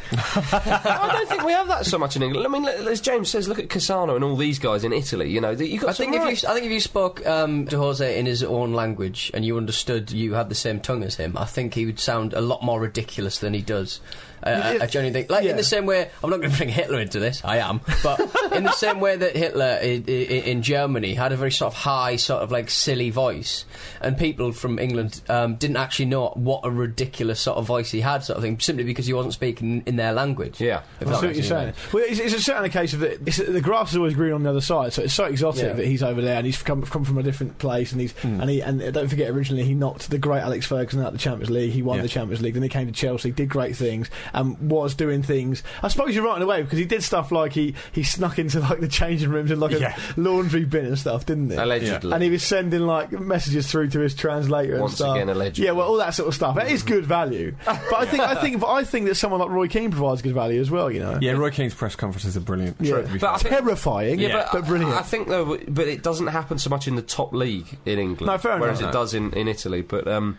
I don't think we have that so much in England. I mean, l- as James says, look at Cassano and all these guys in Italy. You know, that you got. I think some if you, I think if you spoke um, to Jose in his own language and you understood you had the same tongue as him, I think he would sound a lot more ridiculous than he does. Uh, Yeah. I generally think, like Yeah. in the same way, I'm not going to bring Hitler into this. I am, but in the same way that Hitler in, i in Germany had a very sort of high, sort of like silly voice, and people from England um, didn't actually know what a ridiculous sort of voice he had, sort of thing, simply because he wasn't speaking in their language. Yeah. If I that see what makes you're any saying. Well, it's, it's certainly a case of that it's, the grass is always green on the other side, so it's so exotic Yeah. that he's over there and he's come, come from a different place. And he's and he and don't forget originally he knocked the great Alex Ferguson out of the Champions League. He won Yeah. the Champions League. Then he came to Chelsea, did great things, and was doing things. I suppose you're right in a way because he did stuff like he he snuck into like the changing rooms and like Yeah. a laundry bin and stuff, didn't he? allegedly. and he was sending like messages through to his translator and Once stuff. again, allegedly. Yeah, well, all that sort of stuff. That is good value. But I think, I think, but I think that someone like Roy Keane provides good value as well. You know, Yeah, Roy King's press conferences are brilliant. Yeah. True, to be But I fair. think- terrifying, Yeah, but, but, brilliant. I, I think though, w- but it doesn't happen so much in the top league in England. No, fair enough. Whereas No. it does in, in Italy. But um,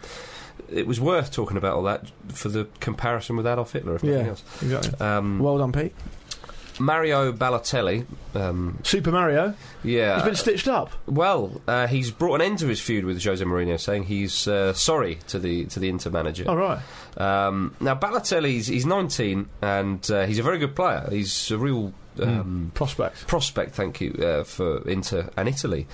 it was worth talking about all that for the comparison with Adolf Hitler, if nothing Yeah. else. exactly. Um, Well done, Pete. Mario Balotelli, um, Super Mario. yeah. He's been stitched up. well, uh, he's brought an end to his feud with Jose Mourinho, saying he's uh, sorry to the to the Inter manager. All right. Um, now Balotelli's he's 19 and uh, he's a very good player. He's a real. Um, Hmm. Prospect. prospect, thank you, uh, for Inter and Italy.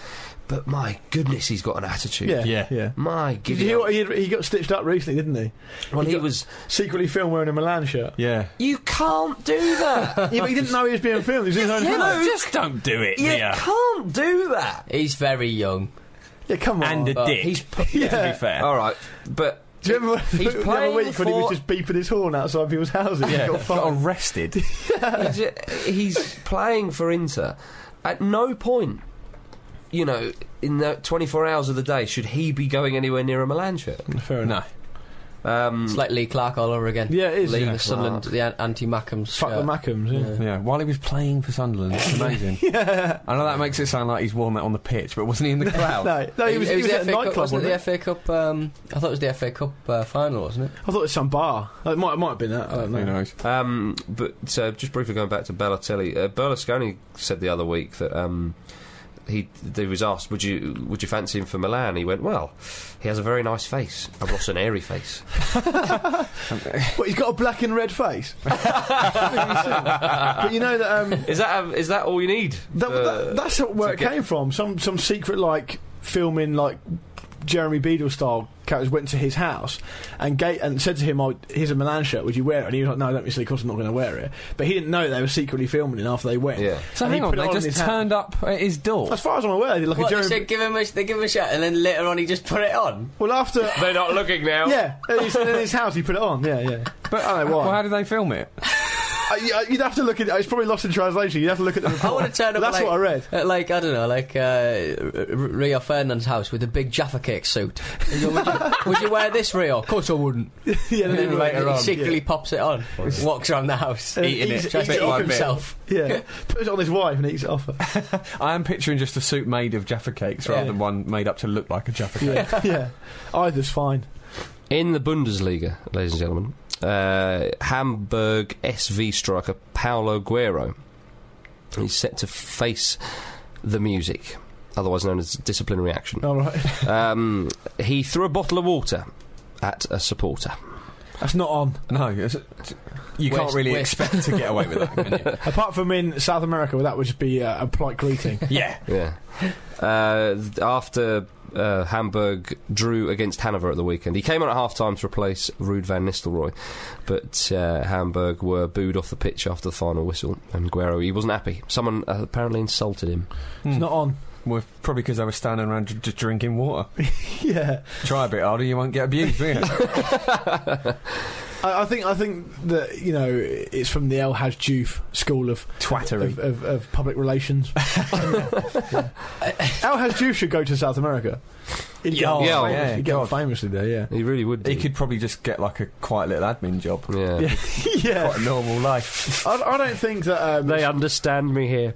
But my goodness, he's got an attitude. Yeah. Yeah. Yeah. yeah. My Did goodness. you hear what he, he got stitched up recently, didn't he? well, he got- was. Secretly filmed wearing a Milan shirt. Yeah. You can't do that. yeah, but he didn't know he was being filmed. He was in his own Yeah, film. no, Just don't do it, you yeah. can't do that. He's very young. Yeah, come on. And a uh, dick. he's- to Yeah. be fair. All right, but Do you remember He's the other playing week when he for- was just beeping his horn outside people's houses? Yeah, He got got fined. arrested. he's, he's playing for Inter. At no point, you know, in the 24 hours of the day, should he be going anywhere near a Milan shirt. Fair enough. no. Um, Hmm. It's like Lee Clark all over again. Yeah, it is. Lee yeah. the Sunderland, the an- anti-Mackham Fuck the Macums. Yeah. Yeah, while he was playing for Sunderland, it's amazing. yeah. I know that makes it sound like he's worn that on the pitch, but wasn't he in the crowd? No, no, he was, he was at a nightclub. wasn't it wasn't the FA it? Cup? Um, I thought it was the FA Cup uh, final, wasn't it? I thought it was some bar. It might, it might have been that. I don't know. Who knows? Um, but uh, just briefly going back to Balotelli, uh, Berlusconi said the other week that um, he they was asked, "Would you would you fancy him for Milan?" He went, "Well, he has a very nice face, a Rossoneri face." What, he's got a black and red face. but you know that, um, Is that um, is that all you need? that, Uh, that that's where to it get- came from. Some some secret like filming like Jeremy Beadle style characters went to his house and gate and said to him, "Oh, here's a Milan shirt. Would you wear it?" And he was like, "No, don't be silly. Of course, I'm not going to wear it." But he didn't know they were secretly filming it after they went. Yeah. So And he hang on, put it on they in just his hat. turned up at his door. As far as I'm aware, they did like What, a they Jeremy. said give him a they give him a shot, and then later on he just put it on. well, after. They're not looking Oh. now. Yeah, in his, in his house he put it on. Yeah, yeah. But I don't know why. well, how did they film it? Uh, you- uh, you'd have to look at. It's probably lost in translation. You'd have to look at the I report. want to turn up. That's like, what I read. uh, like I don't know, like uh, R- R- Rio Ferdinand's house with a big Jaffa cake suit. And you- would, you, would you wear this, Rio? Of course I wouldn't. yeah, And then later he on. secretly pops it on, walks around the house, Uh, eating he's- it, he's tries bit to by eat bit. himself. yeah. yeah, puts it on his wife and eats it off her. I am picturing just a suit made of Jaffa cakes rather Yeah. than one made up to look like a Jaffa cake. Yeah, yeah. Either's fine. In the Bundesliga, ladies and gentlemen, uh, Hamburg SV striker Paulo Guerrero is set to face the music, otherwise known as disciplinary action. All right. Um, he threw a bottle of water at a supporter. That's not on. No, it's- you can't Waste- really waste. expect to get away with that, can you? Apart from in South America, where that would just be uh, a polite greeting. Yeah. Yeah. Uh, th- after uh, Hamburg drew against Hanover at the weekend, he came on at half time to replace Ruud van Nistelrooy, but uh, Hamburg were booed off the pitch after the final whistle, and Guerrero he wasn't happy. Someone uh, apparently insulted him. It's not on. Well, probably because they were standing around j- just drinking water. Yeah. Try a bit harder, you won't get abused, will you? I I, I think I think that you know it's from the El Haj Juf school of Twattery. of, of, of public relations. El Haj Juf should go to South America. He'd get Yeah, on yeah, famous- yeah, he'd get on God. famously there. Yeah, He really would. Do. He could probably just get like a quiet little admin job. Yeah. yeah, Quite a yeah. normal life. I, I don't think that. Um, They understand me here.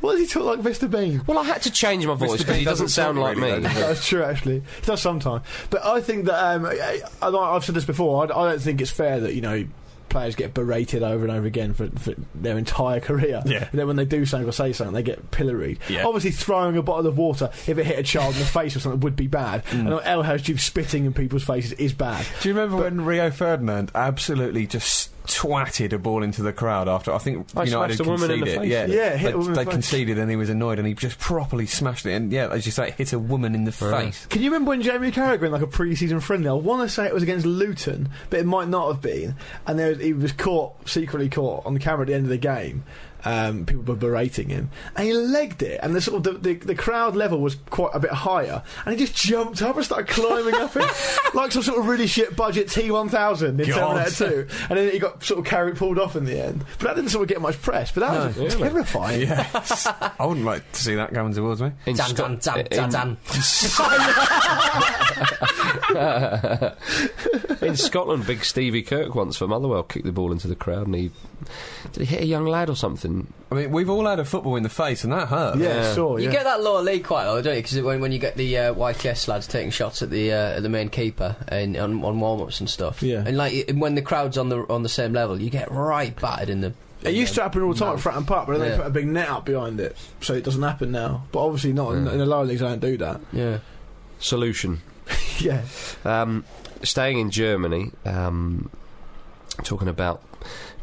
what does he talk like, Mr. Bean? Well, I had to change my voice Mr. because he Bean doesn't doesn't sound talk like really, me. though, does That's true, actually. It does sometimes. But I think that um, I, I, I've said this before. I, I don't think it's fair that you know players get berated over and over again for, for their entire career. Yeah. And then when they do something or say something, they get pilloried. Yeah. Obviously, throwing a bottle of water if it hit a child in the face or something would be bad. Mm. And El Hajj spitting in people's faces is bad. Do you remember when Rio Ferdinand absolutely just twatted a ball into the crowd after I think I United smashed a woman in conceded? the face. Yeah, Yeah, hit a woman in they, the they face. conceded and he was annoyed and he just properly smashed it and yeah, as you say, hit a woman in the Right. face. Can you remember when Jamie Carragher in like a pre-season friendly? I want to say it was against Luton, but it might not have been. And there was, he was caught secretly caught on the camera at the end of the game. Um, people were berating him, and he legged it. And the sort of the, the, the crowd level was quite a bit higher, and he just jumped up and started climbing up it like some sort of really shit budget T one thousand in God. Terminator two. And then he got sort of carried pulled off in the end. But that didn't sort of get much press. But that was terrifying. Yes. I wouldn't like to see that going towards me. In Dun, Sco- dun, dun, in- dun, dun. In Scotland, big Stevie Kirk once for Motherwell kicked the ball into the crowd and he did he hit a young lad or something. I mean, we've all had a football in the face and that hurt. Yeah, Yeah. sure. You yeah. get that lower league quite a lot, don't you? Because when, when you get the uh, YTS lads taking shots at the uh, at the main keeper and on, on warm ups and stuff, Yeah. and like and when the crowd's on the on the same level, you get right battered in the. It used to happen all the time at Fratton Park, but then they Yeah. put a big net up behind it, so it doesn't happen now. But obviously not in, in the lower leagues. They don't do that. Yeah, Solution. yeah, Um, staying in Germany, um, talking about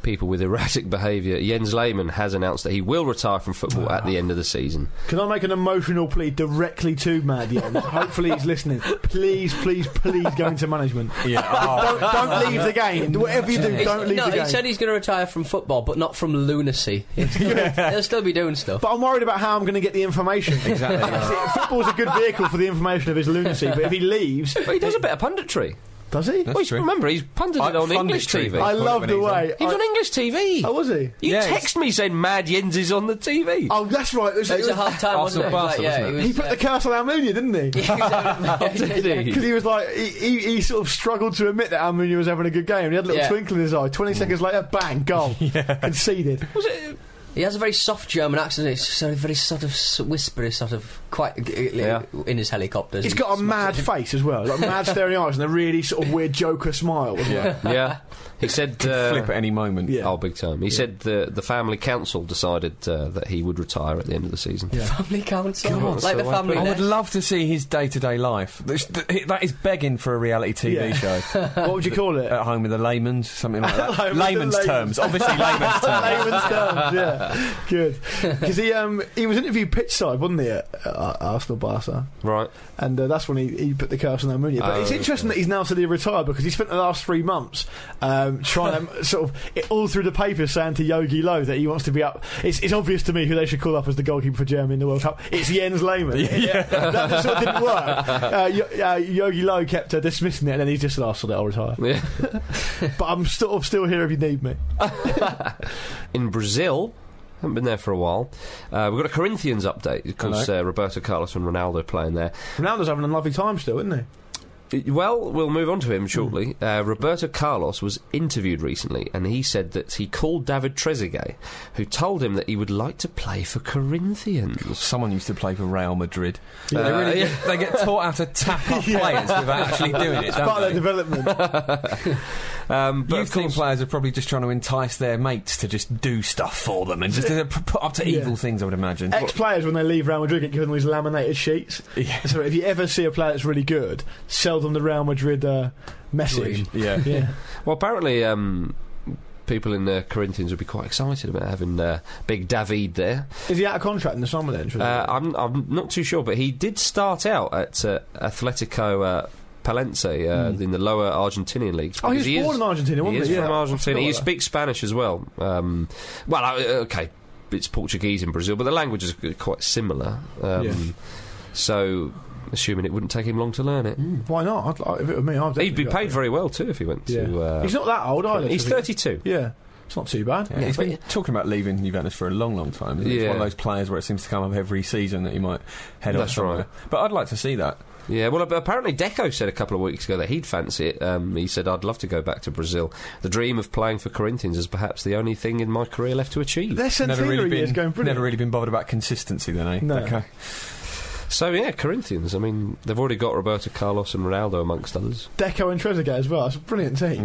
people with erratic behaviour, Jens Lehmann has announced that he will retire from football at Ah. the end of the season. can I make an emotional plea directly to Mad Yen? Hopefully he's listening. Please, please, please go into management. Yeah. oh, Don't, don't leave the game. Oh. Whatever you do, He's- don't leave no, the game. he said he's going to retire from football, but not from lunacy. He'll still, he'll still be doing stuff. but I'm worried about how I'm going to get the information. Exactly, yeah. See, Football's a good vehicle for the information of his lunacy, but if he leaves, But he does a bit of punditry. does he? Well, he's- true. remember, he's pundited I- on English punditry. TV. I Well, love when the he's on. way. He was I- on English TV. oh, was he? you Yeah, text me saying Mad Jens is on the TV. Oh, that's right. It was- It was a it was- half time, wasn't it? Arsenal Like, Barca, yeah, wasn't it? it he was, put uh, the curse on Almunia, didn't he? he was, uh, yeah, Did yeah, he? Because he was like, he, he, he sort of struggled to admit that Almunia was having a good game. He had a little Yeah. twinkle in his eye. 20 seconds later, bang, goal. Conceded. Was it? He has a very soft German accent. It's so very sort of s- whispery, sort of quite uh, Yeah. in his helicopters. He's got a mad face as well. Like mad staring eyes and a really sort of weird Joker smile. as well. yeah. Yeah. He said. Uh, Flip at any moment. Yeah. Oh, big time. He said the the family council decided uh, that he would retire at the end of the season. family council, Come on, like so the what family. I happened? would nest. love to see his day to day life. This- th- That is begging for a reality TV Yeah. show. What would you call it? At home with the layman's, something like that. Home with the layman's layman's. terms, obviously layman's terms. Layman's terms, yeah. Good. Because he, um, he was interviewed pitchside, wasn't he, at uh, Arsenal Barca? Right. And uh, that's when he, he put the curse on Almunia. But Oh, it's interesting that he's now said he retired because he spent the last three months um, trying to sort of it, all through the papers saying to Yogi Low that he wants to be up. It's, it's obvious to me who they should call up as the goalkeeper for Germany in the World Cup. It's Jens Lehmann. yeah. That sort of didn't work. Uh, Yo- uh, Yogi Low kept uh, dismissing it and then he's just said, oh, so I'll retire. Yeah. But I'm sort of still here if you need me. In Brazil, haven't been there for a while. Uh, we've got a Corinthians update because uh, Roberto Carlos and Ronaldo playing there. Ronaldo's having a lovely time still, isn't he? Well, we'll move on to him shortly. Hmm. Uh, Roberto Carlos was interviewed recently, and he said that he called David Trezeguet, who told him that he would like to play for Corinthians. Someone used to play for Real Madrid. They, Uh, really yeah. get, they get taught how to tap up players without actually doing it. Part of Don't their they? development. Um, but Youth of team course- players are probably just trying to entice their mates to just do stuff for them and just uh, p- put up to Yeah. evil things. I would imagine. Ex players, when they leave Real Madrid, get given all these laminated sheets. Yeah. So if you ever see a player that's really good, sell them the Real Madrid uh, message. Yeah. Yeah. Well, apparently, um, people in uh, Corinthians would be quite excited about having uh, big David there. Is he out of contract in the summer then? should Uh, he? I'm, I'm not too sure, but he did start out at uh, Atletico uh, Palense uh, in the lower Argentinian leagues. Hmm. oh, he because was born in Argentina, he wasn't is he? from Yeah. Argentina. I He forgot speaks Spanish as well. Um, well, I- uh, okay, it's Portuguese in Brazil, but the languages are quite similar. Um, Yeah. So assuming it wouldn't take him long to learn it. Why not? I'd, like- if it were me, I'd He'd be Mm, definitely go paid for very well too if he went it. to. Yeah. Uh, he's not that old either. he's so he- thirty-two. Yeah, it's not too bad. Yeah, he's been talking about leaving Juventus for a long, long time. Isn't he? It's Yeah. one of those players where it seems to come up every season that you might head off That's somewhere. right. But I'd like to see that. Yeah, well, ap- apparently Deco said a couple of weeks ago that he'd fancy it. Um, he said, I'd love to go back to Brazil. The dream of playing for Corinthians is perhaps the only thing in my career left to achieve. Their centenary Never really, year's been, going brilliant. never really been bothered about consistency, then, eh? No. Okay. So, yeah, Corinthians. I mean, they've already got Roberto Carlos and Ronaldo amongst others. Deco and Trezeguet as well. It's a brilliant team.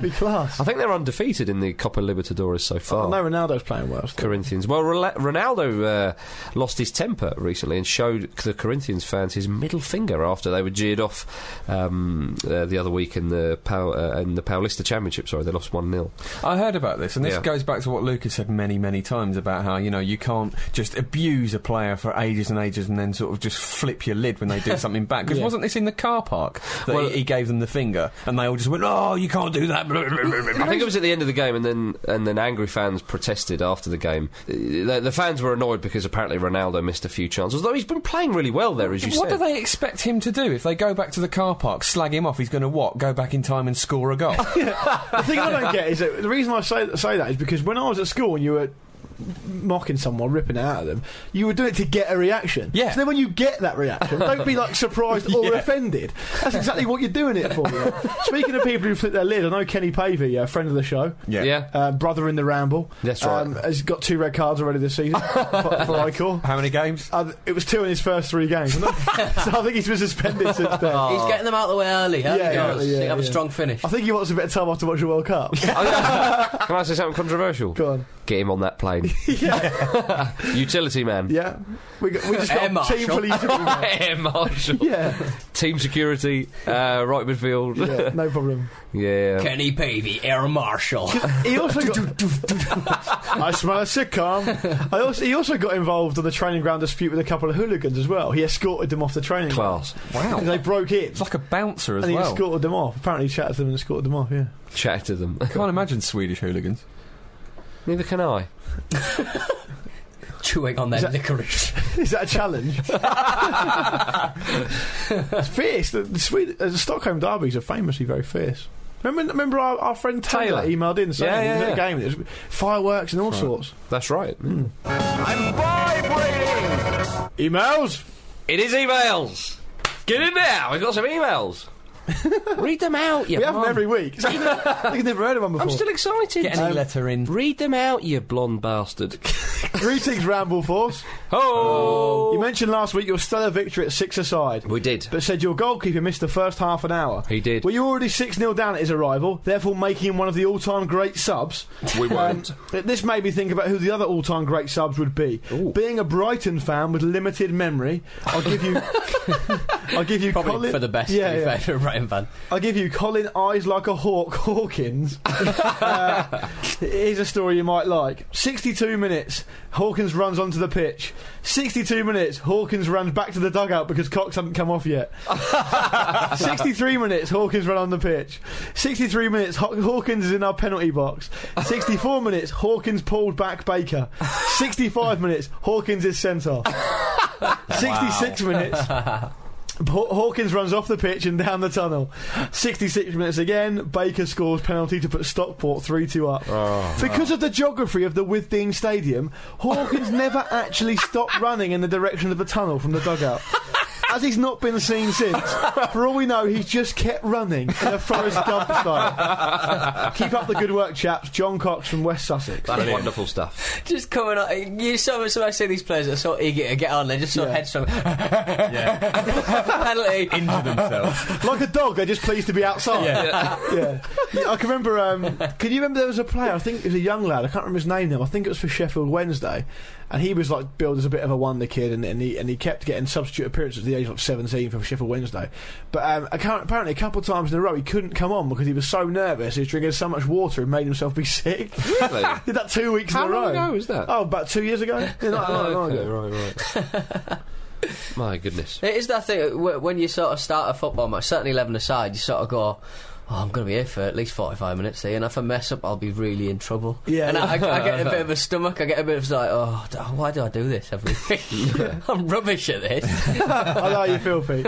be class. I think they're undefeated in the Copa Libertadores so I far. know Ronaldo's playing well. still. Corinthians. Well, Rola- Ronaldo uh, lost his temper recently and showed the Corinthians fans his middle finger after they were jeered off um, uh, the other week in the Pau- uh, in the Paulista Championship. Sorry, they lost one 0 I heard about this, and this Yeah. goes back to what Luke has said many, many times about how, you know, you can't just abuse a player for ages and ages and then sort of just flip your lid when they do something back. Because Yeah. wasn't this in the car park that Well- he, he gave them the finger and they all just went, oh, you can't do that. I think it was at the end of the game, and then and then angry fans protested after the game. Uh, The, the fans were annoyed because apparently Ronaldo missed a few chances, although he's been playing really well there, as you what said. do they expect him to do if they go back to the car park, slag him off? He's going to what? Go back in time and score a goal? the thing I don't get is that the reason I say, say that is because when I was at school and you were mocking someone, ripping it out of them, you were doing it to get a reaction. Yeah. So then when you get that reaction, don't be like surprised or Yeah. offended. That's exactly what you're doing it for. yeah. Speaking of people who flip their lid, I know Kenny Pavey, a friend of the show. yeah. Uh, brother in the Ramble. That's right. Um, has got two red cards already this season for, for Icor. How many games? Uh, it was two in his first three games. so I think he's been suspended since then. Oh. He's getting them out of the way early. Huh? Yeah, Yeah, yeah, have a yeah. strong finish. I think he wants a bit of time off to watch the World Cup. Oh, yeah. Can I say something controversial? Go on. Get him on that plane. Utility man. Yeah. We, got, we just Air got a team Marshal. for Leeds. Air Marshal. Yeah, Team security, uh, right midfield. yeah, no problem. Yeah. Kenny Pavey, Air Marshal. He also got, I smell a sitcom. I also he also got involved in the training ground dispute with a couple of hooligans as well. He escorted them off the training Class. ground. Wow. They broke in It's like a bouncer as and he well. escorted them off. Apparently, he chatted to them and escorted them off. Yeah, Chat to them. Can't imagine Swedish hooligans. Neither can I. Chewing on Is their that- licorice. is that a challenge? it's fierce. The, the, Sweden, uh, the Stockholm derbies are famously very fierce. Remember, remember our, our friend Taylor, Taylor. emailed in saying Yeah, yeah, he was at yeah. a game. It was fireworks and all sorts. That's right. Emails. It is emails. Get in now. We've got some emails. Read them out, you We have them mum. every week. I've never heard of one before. I'm still excited. Get any Um, letter in. Read them out, you blonde bastard. Greetings, Ramble Force. oh. You mentioned last week your stellar victory at six aside, We did. but said your goalkeeper missed the first half an hour. He did. Were you already 6 0 down at his arrival, therefore making him one of the all time great subs? We weren't. But This made me think about who the other all time great subs would be. Being a Brighton fan with limited memory, I'll give you. I'll give you Probably Colin, for the best, Yeah, to be yeah. fair, for a Brighton fan. I'll give you Colin Eyes Like a Hawk Hawkins. Uh, here's a story you might like. 62 minutes, Hawkins runs onto the pitch. 62 minutes, Hawkins runs back to the dugout because Cox hadn't come off yet. 63 minutes, Hawkins run on the pitch. 63 minutes, Haw- Hawkins is in our penalty box. 64 minutes, Hawkins pulled back Baker. 65 minutes, Hawkins is sent off. 66 minutes, Haw- Hawkins runs off the pitch and down the tunnel. 66 minutes again. Baker scores penalty to put Stockport 3 2 up. because of the geography of the Withdean Stadium, Hawkins never actually stopped running in the direction of the tunnel from the dugout. As he's not been seen since, for all we know, he's just kept running in a Forrest Gump style. Keep up the good work, chaps. John Cox from West Sussex. That's wonderful stuff. Just coming on. You so so I see these players that are so eager to get on, they're just so Yeah. headstrong. Penalty. Injure themselves. Like a dog, they're just pleased to be outside. Yeah. yeah. Yeah, I can remember. Um, can you remember there was a player? I think it was a young lad. I can't remember his name now. I think it was for Sheffield Wednesday, and he was like billed as a bit of a wonder kid, and, and he and he kept getting substitute appearances at the age of like, seventeen for Sheffield Wednesday. But um, I can't- apparently, a couple of times in a row, he couldn't come on because he was so nervous. He was drinking so much water and made himself be sick. Really? Did that two weeks How in a row? long ago was that? Oh, about two years ago. Yeah, not that long okay, ago. right, right. My goodness. It is that thing uh, wh- when you sort of start a football match, certainly 11 aside, you sort of go, oh, I'm going to be here for at least 45 minutes here, and if I mess up, I'll be really in trouble. Yeah. And I, I, I get a bit of a stomach, I get a bit of like, oh, d- why do I do this every week? I'm rubbish at this. I know how you feel, Pete.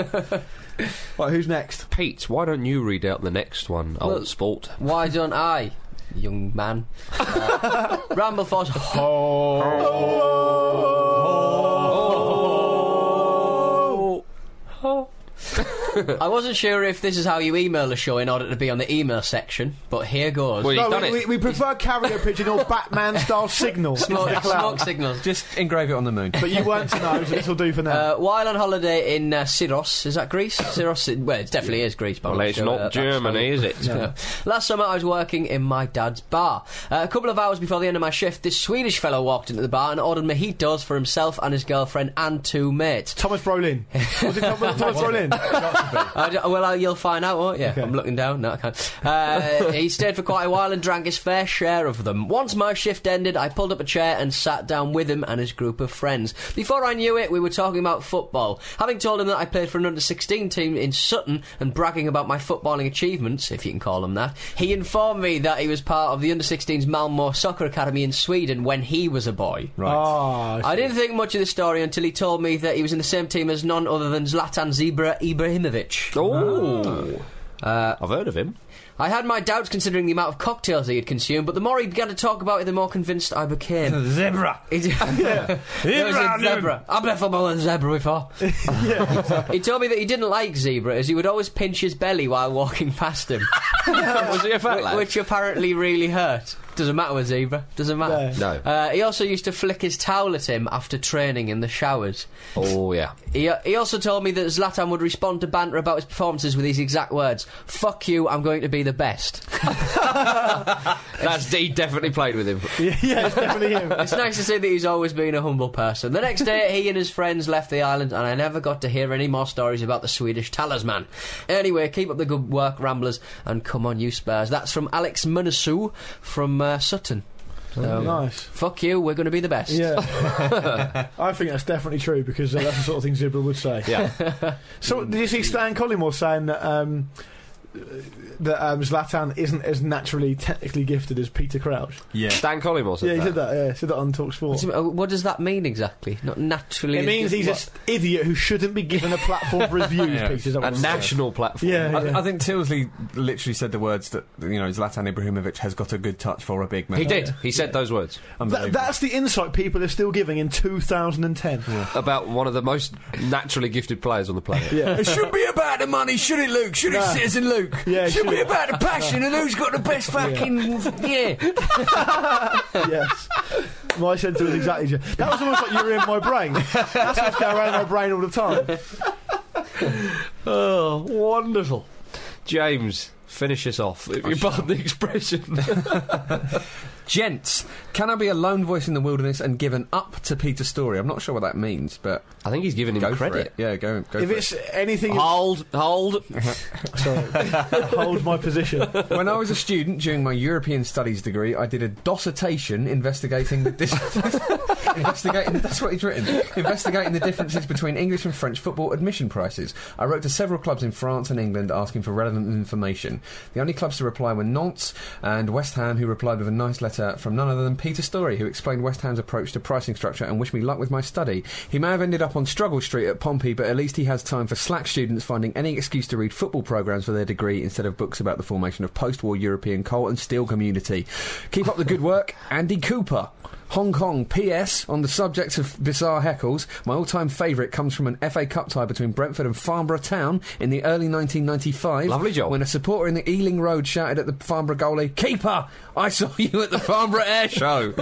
right, who's next? Pete, why don't you read out the next one, Well- old sport? Why don't I, young man? Uh, Rambleford. Oh. I wasn't sure if this is how you email the show in order to be on the email section, but here goes. Well, He's no, done we, it. we, we prefer carrier pigeon or Batman style signal. smoke, Cloud. smoke signals. Just engrave it on the moon. But you weren't to know, so this will do for now. Uh, while on holiday in uh, Syros, is that Greece? Syros, well, it definitely is Greece. But I'm Well, it's sure, not uh, that's Germany, is it? how- Last summer, I was working in my dad's bar. Uh, a couple of hours before the end of my shift, this Swedish fellow walked into the bar and ordered mojitos for himself and his girlfriend and two mates. Thomas Brolin. Was it Thomas, Thomas Brolin? I d- well, uh, you'll find out, won't you? I'm looking down. No, I can't. Uh, he stayed for quite a while and drank his fair share of them. Once my shift ended, I pulled up a chair and sat down with him and his group of friends. Before I knew it, we were talking about football. Having told him that I played for an under 16 team in Sutton and bragging about my footballing achievements, if you can call them that, he informed me that he was part of the under 16s Malmo Soccer Academy in Sweden when he was a boy. Right. Oh, Ah, I didn't think much of the story until he told me that he was in the same team as none other than Zlatan Zebra Ibrahimovic. Oh, I've heard of him. I had my doubts considering the amount of cocktails he had consumed, but the more he began to talk about it, the more convinced I became. Zebra. It- There was a zebra. I've played football with a zebra before. he told me that he didn't like zebra as he would always pinch his belly while walking past him, Was he a fat whi- lad? which apparently really hurt. Doesn't matter with zebra. Doesn't matter. No. Uh, he also used to flick his towel at him after training in the showers. Oh, yeah. He, uh, he also told me that Zlatan would respond to banter about his performances with these exact words: "Fuck you, I'm going to be the best." That's D definitely played with him. yeah, yeah, it's definitely him. It's nice to see that he's always been a humble person. The next day, he and his friends left the island, and I never got to hear any more stories about the Swedish talisman. Anyway, keep up the good work, Ramblers, and come on, you Spurs. That's from Alex Munasu from uh, Sutton. nice. Fuck you, we're going to be the best. Yeah, I think that's definitely true because uh, that's the sort of thing Zebra would say. Yeah. So did you see Stan Collymore saying that um, that um, Zlatan isn't as naturally technically gifted as Peter Crouch? Yeah. Stan Collymore said yeah, he that. said that. Yeah, he said that on Talk Sport. What's- uh, What does that mean exactly? Not naturally. It means he's an What? idiot who shouldn't be given a platform for his views. Yeah. Peter, is that A what it said? national platform. Yeah, I, yeah. I think Tilsley literally said the words that you know Zlatan Ibrahimovic has got a good touch for a big man. He did. He said those words Unbelievable. That, that's the insight people are still giving in 2010. about one of the most naturally gifted players on the planet. Yeah. It should be about the money, should it, Luke? Should it, Citizen Luke? Yeah, it should be should. about the passion and who's got the best fucking. yeah. yes. My sentence was exactly that was almost like you were in my brain. That's what's going around in my brain all the time. Oh, wonderful. James, finish us off, if you pardon the expression. Gents, can I be a lone voice in the wilderness and given up to Peter Story? I'm not sure what that means, but I think he's giving him go for credit. it. Yeah, go. go If for it's anything, Hold, hold. sorry, hold my position. When I was a student during my European studies degree, I did a dissertation investigating the dis- investigating that's what he's written investigating the differences between English and French football admission prices. I wrote to several clubs in France and England asking for relevant information. The only clubs to reply were Nantes and West Ham, who replied with a nice letter from none other than Peter Story, who explained West Ham's approach to pricing structure and wished me luck with my study. He may have ended up on Struggle Street at Pompey, but at least he has time for slack students finding any excuse to read football programmes for their degree instead of books about the formation of post war European coal and steel community. Keep up the good work, Andy Cooper. Hong Kong, P.S. On the subject of bizarre heckles, my all time favourite comes from an FA Cup tie between Brentford and Farnborough Town in the early 1995. Lovely job. When a supporter in the Ealing Road shouted at the Farnborough goalie, Keeper, I saw you at the Farnborough Air Show.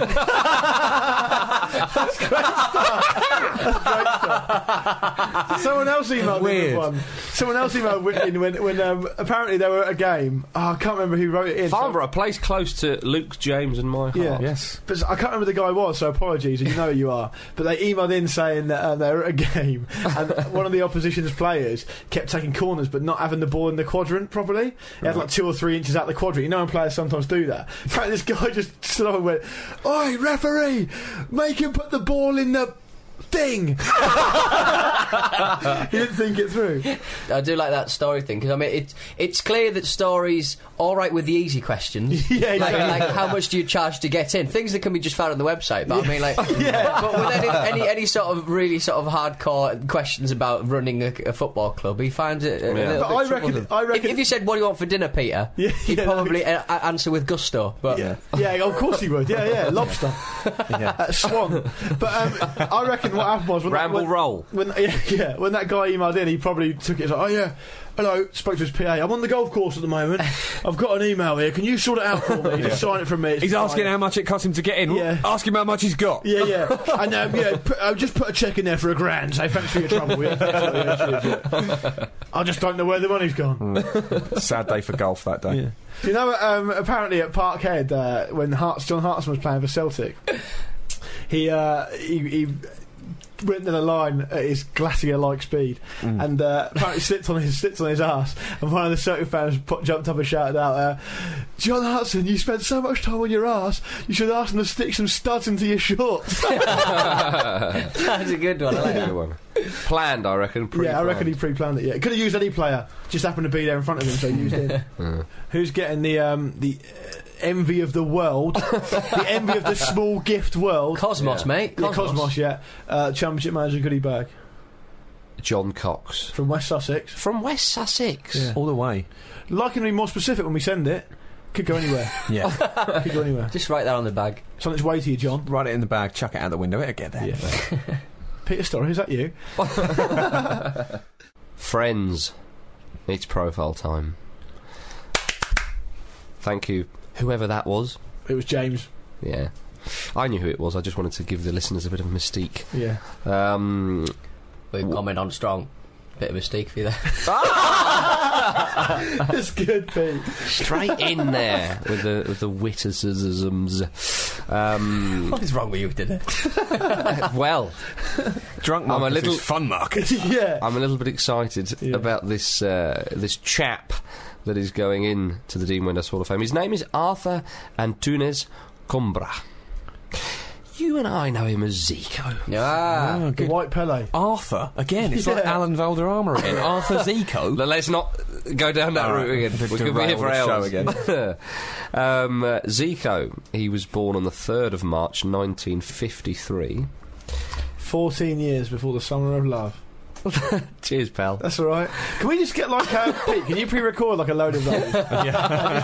Someone else emailed me with Weird. one. Someone else emailed with- in when, when um, apparently they were at a game. Oh, I can't remember who wrote it in. Farnborough, a place close to Luke, James, and my heart. Yeah. yes. But I can't remember the guy was, so apologies, and you know who you are. But they emailed in saying that uh, they were at a game, and one of the opposition's players kept taking corners but not having the ball in the quadrant properly. He had like two or three inches out the quadrant. You know, when players sometimes do that. Apparently, this guy just stood up and went, Oi, referee, make him put the ball in the. Ding! he didn't think it through. I do like that story thing because I mean it, it's clear that stories all right with the easy questions. Yeah, like, exactly. like how much do you charge to get in? Things that can be just found on the website. But I mean, like, but with any, any any sort of really sort of hardcore questions about running a, a football club, he finds it. A, a Yeah. little But bit I reckon, troublesome. I If, reckon, if you said what do you want for dinner, Peter, Yeah, he'd yeah, probably a- a- answer with gusto. But yeah, yeah, of course he would. Yeah, yeah, lobster, yeah. uh, swan. But um, I reckon what happened was when Ramble when, roll. When yeah, yeah, when that guy emailed in, he probably took it as like, oh yeah, hello, spoke to his PA. I'm on the golf course at the moment. I've got an email here. Can you sort it out for me? Just sign it from me. It's He's fine." asking how much it costs him to get in. Yeah. Ask him how much he's got. Yeah, yeah, and um, yeah, put, I'll just put a check in there for a grand. Say thanks for your trouble. Yeah, that's what it is, yeah. I just don't know where the money's gone. Sad day for golf that day. Do you know, um, apparently at Parkhead, uh, when Harts, John Hartson was playing for Celtic, he, uh, he, he went in a line at his glacier-like speed and uh, apparently slipped on his slipped on his ass. And one of the Celtic fans put, jumped up and shouted out, uh, "John Hartson, you spent so much time on your ass. You should ask them to stick some studs into your shorts." that's a good one. I like that. Planned, I reckon. yeah, I reckon he pre-planned it. Yeah, could have used any player. Just happened to be there in front of him, so he used him. Who's getting the um, the uh, envy of the world? the envy of the small gift world. Cosmos, mate. Yeah, Cosmos, yeah. Uh, championship manager goodie bag John Cox from West Sussex. from West Sussex. Yeah. All the way. Like him to be more specific when we send it. Could go anywhere. Yeah. Could go anywhere. Just write that on the bag. It's on its way to you, John. Run it in the bag, chuck it out the window, it'll get there. Peter Story, is that you? Friends, it's profile time. Thank you, whoever that was. It was James. Yeah. I knew who it was. I just wanted to give the listeners a bit of mystique. Yeah. Um, We comment on strong. Bit of mistake for you there. Ah! That's good, Pete. straight in there with the with the witticisms. Um, what is wrong with you today? well, Drunk I'm a Marcus little- is fun market. yeah. I'm a little bit excited Yeah. about this uh, this chap that is going in to the Dean Windass Hall of Fame. His name is Arthur Antunes Combra. You and I know him as Zico. Yeah. Oh, the White Pele. Arthur again. It's like Yeah. Alan Valderrama again. Arthur Zico. But let's not go down that All right. route again. To We could be here derail for the show hours. again. um, uh, Zico. He was born on the third of March, 1953. 14 years before the Summer of Love. Cheers, pal. That's all right. Can we just get like a Pete? Can you pre-record like a load of those? Just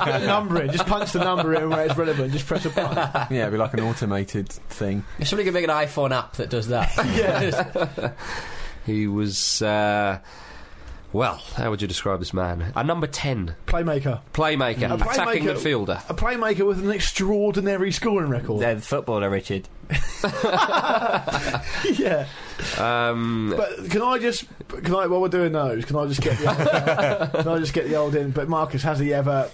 put a number in. Just punch the number in where it's relevant. Just press a button. yeah, it'd be like an automated thing. If somebody could make an iPhone app that does that. Yeah. He was. Uh, well, how would you describe this man? A number 10 Playmaker. playmaker, Mm. A attacking playmaker- midfielder. A playmaker with an extraordinary scoring record. They're the footballer, Richard. yeah. Um, But can I just? Can I? While we're doing those, can I just get? The old, uh, can I just get the old in? But Marcus, has he ever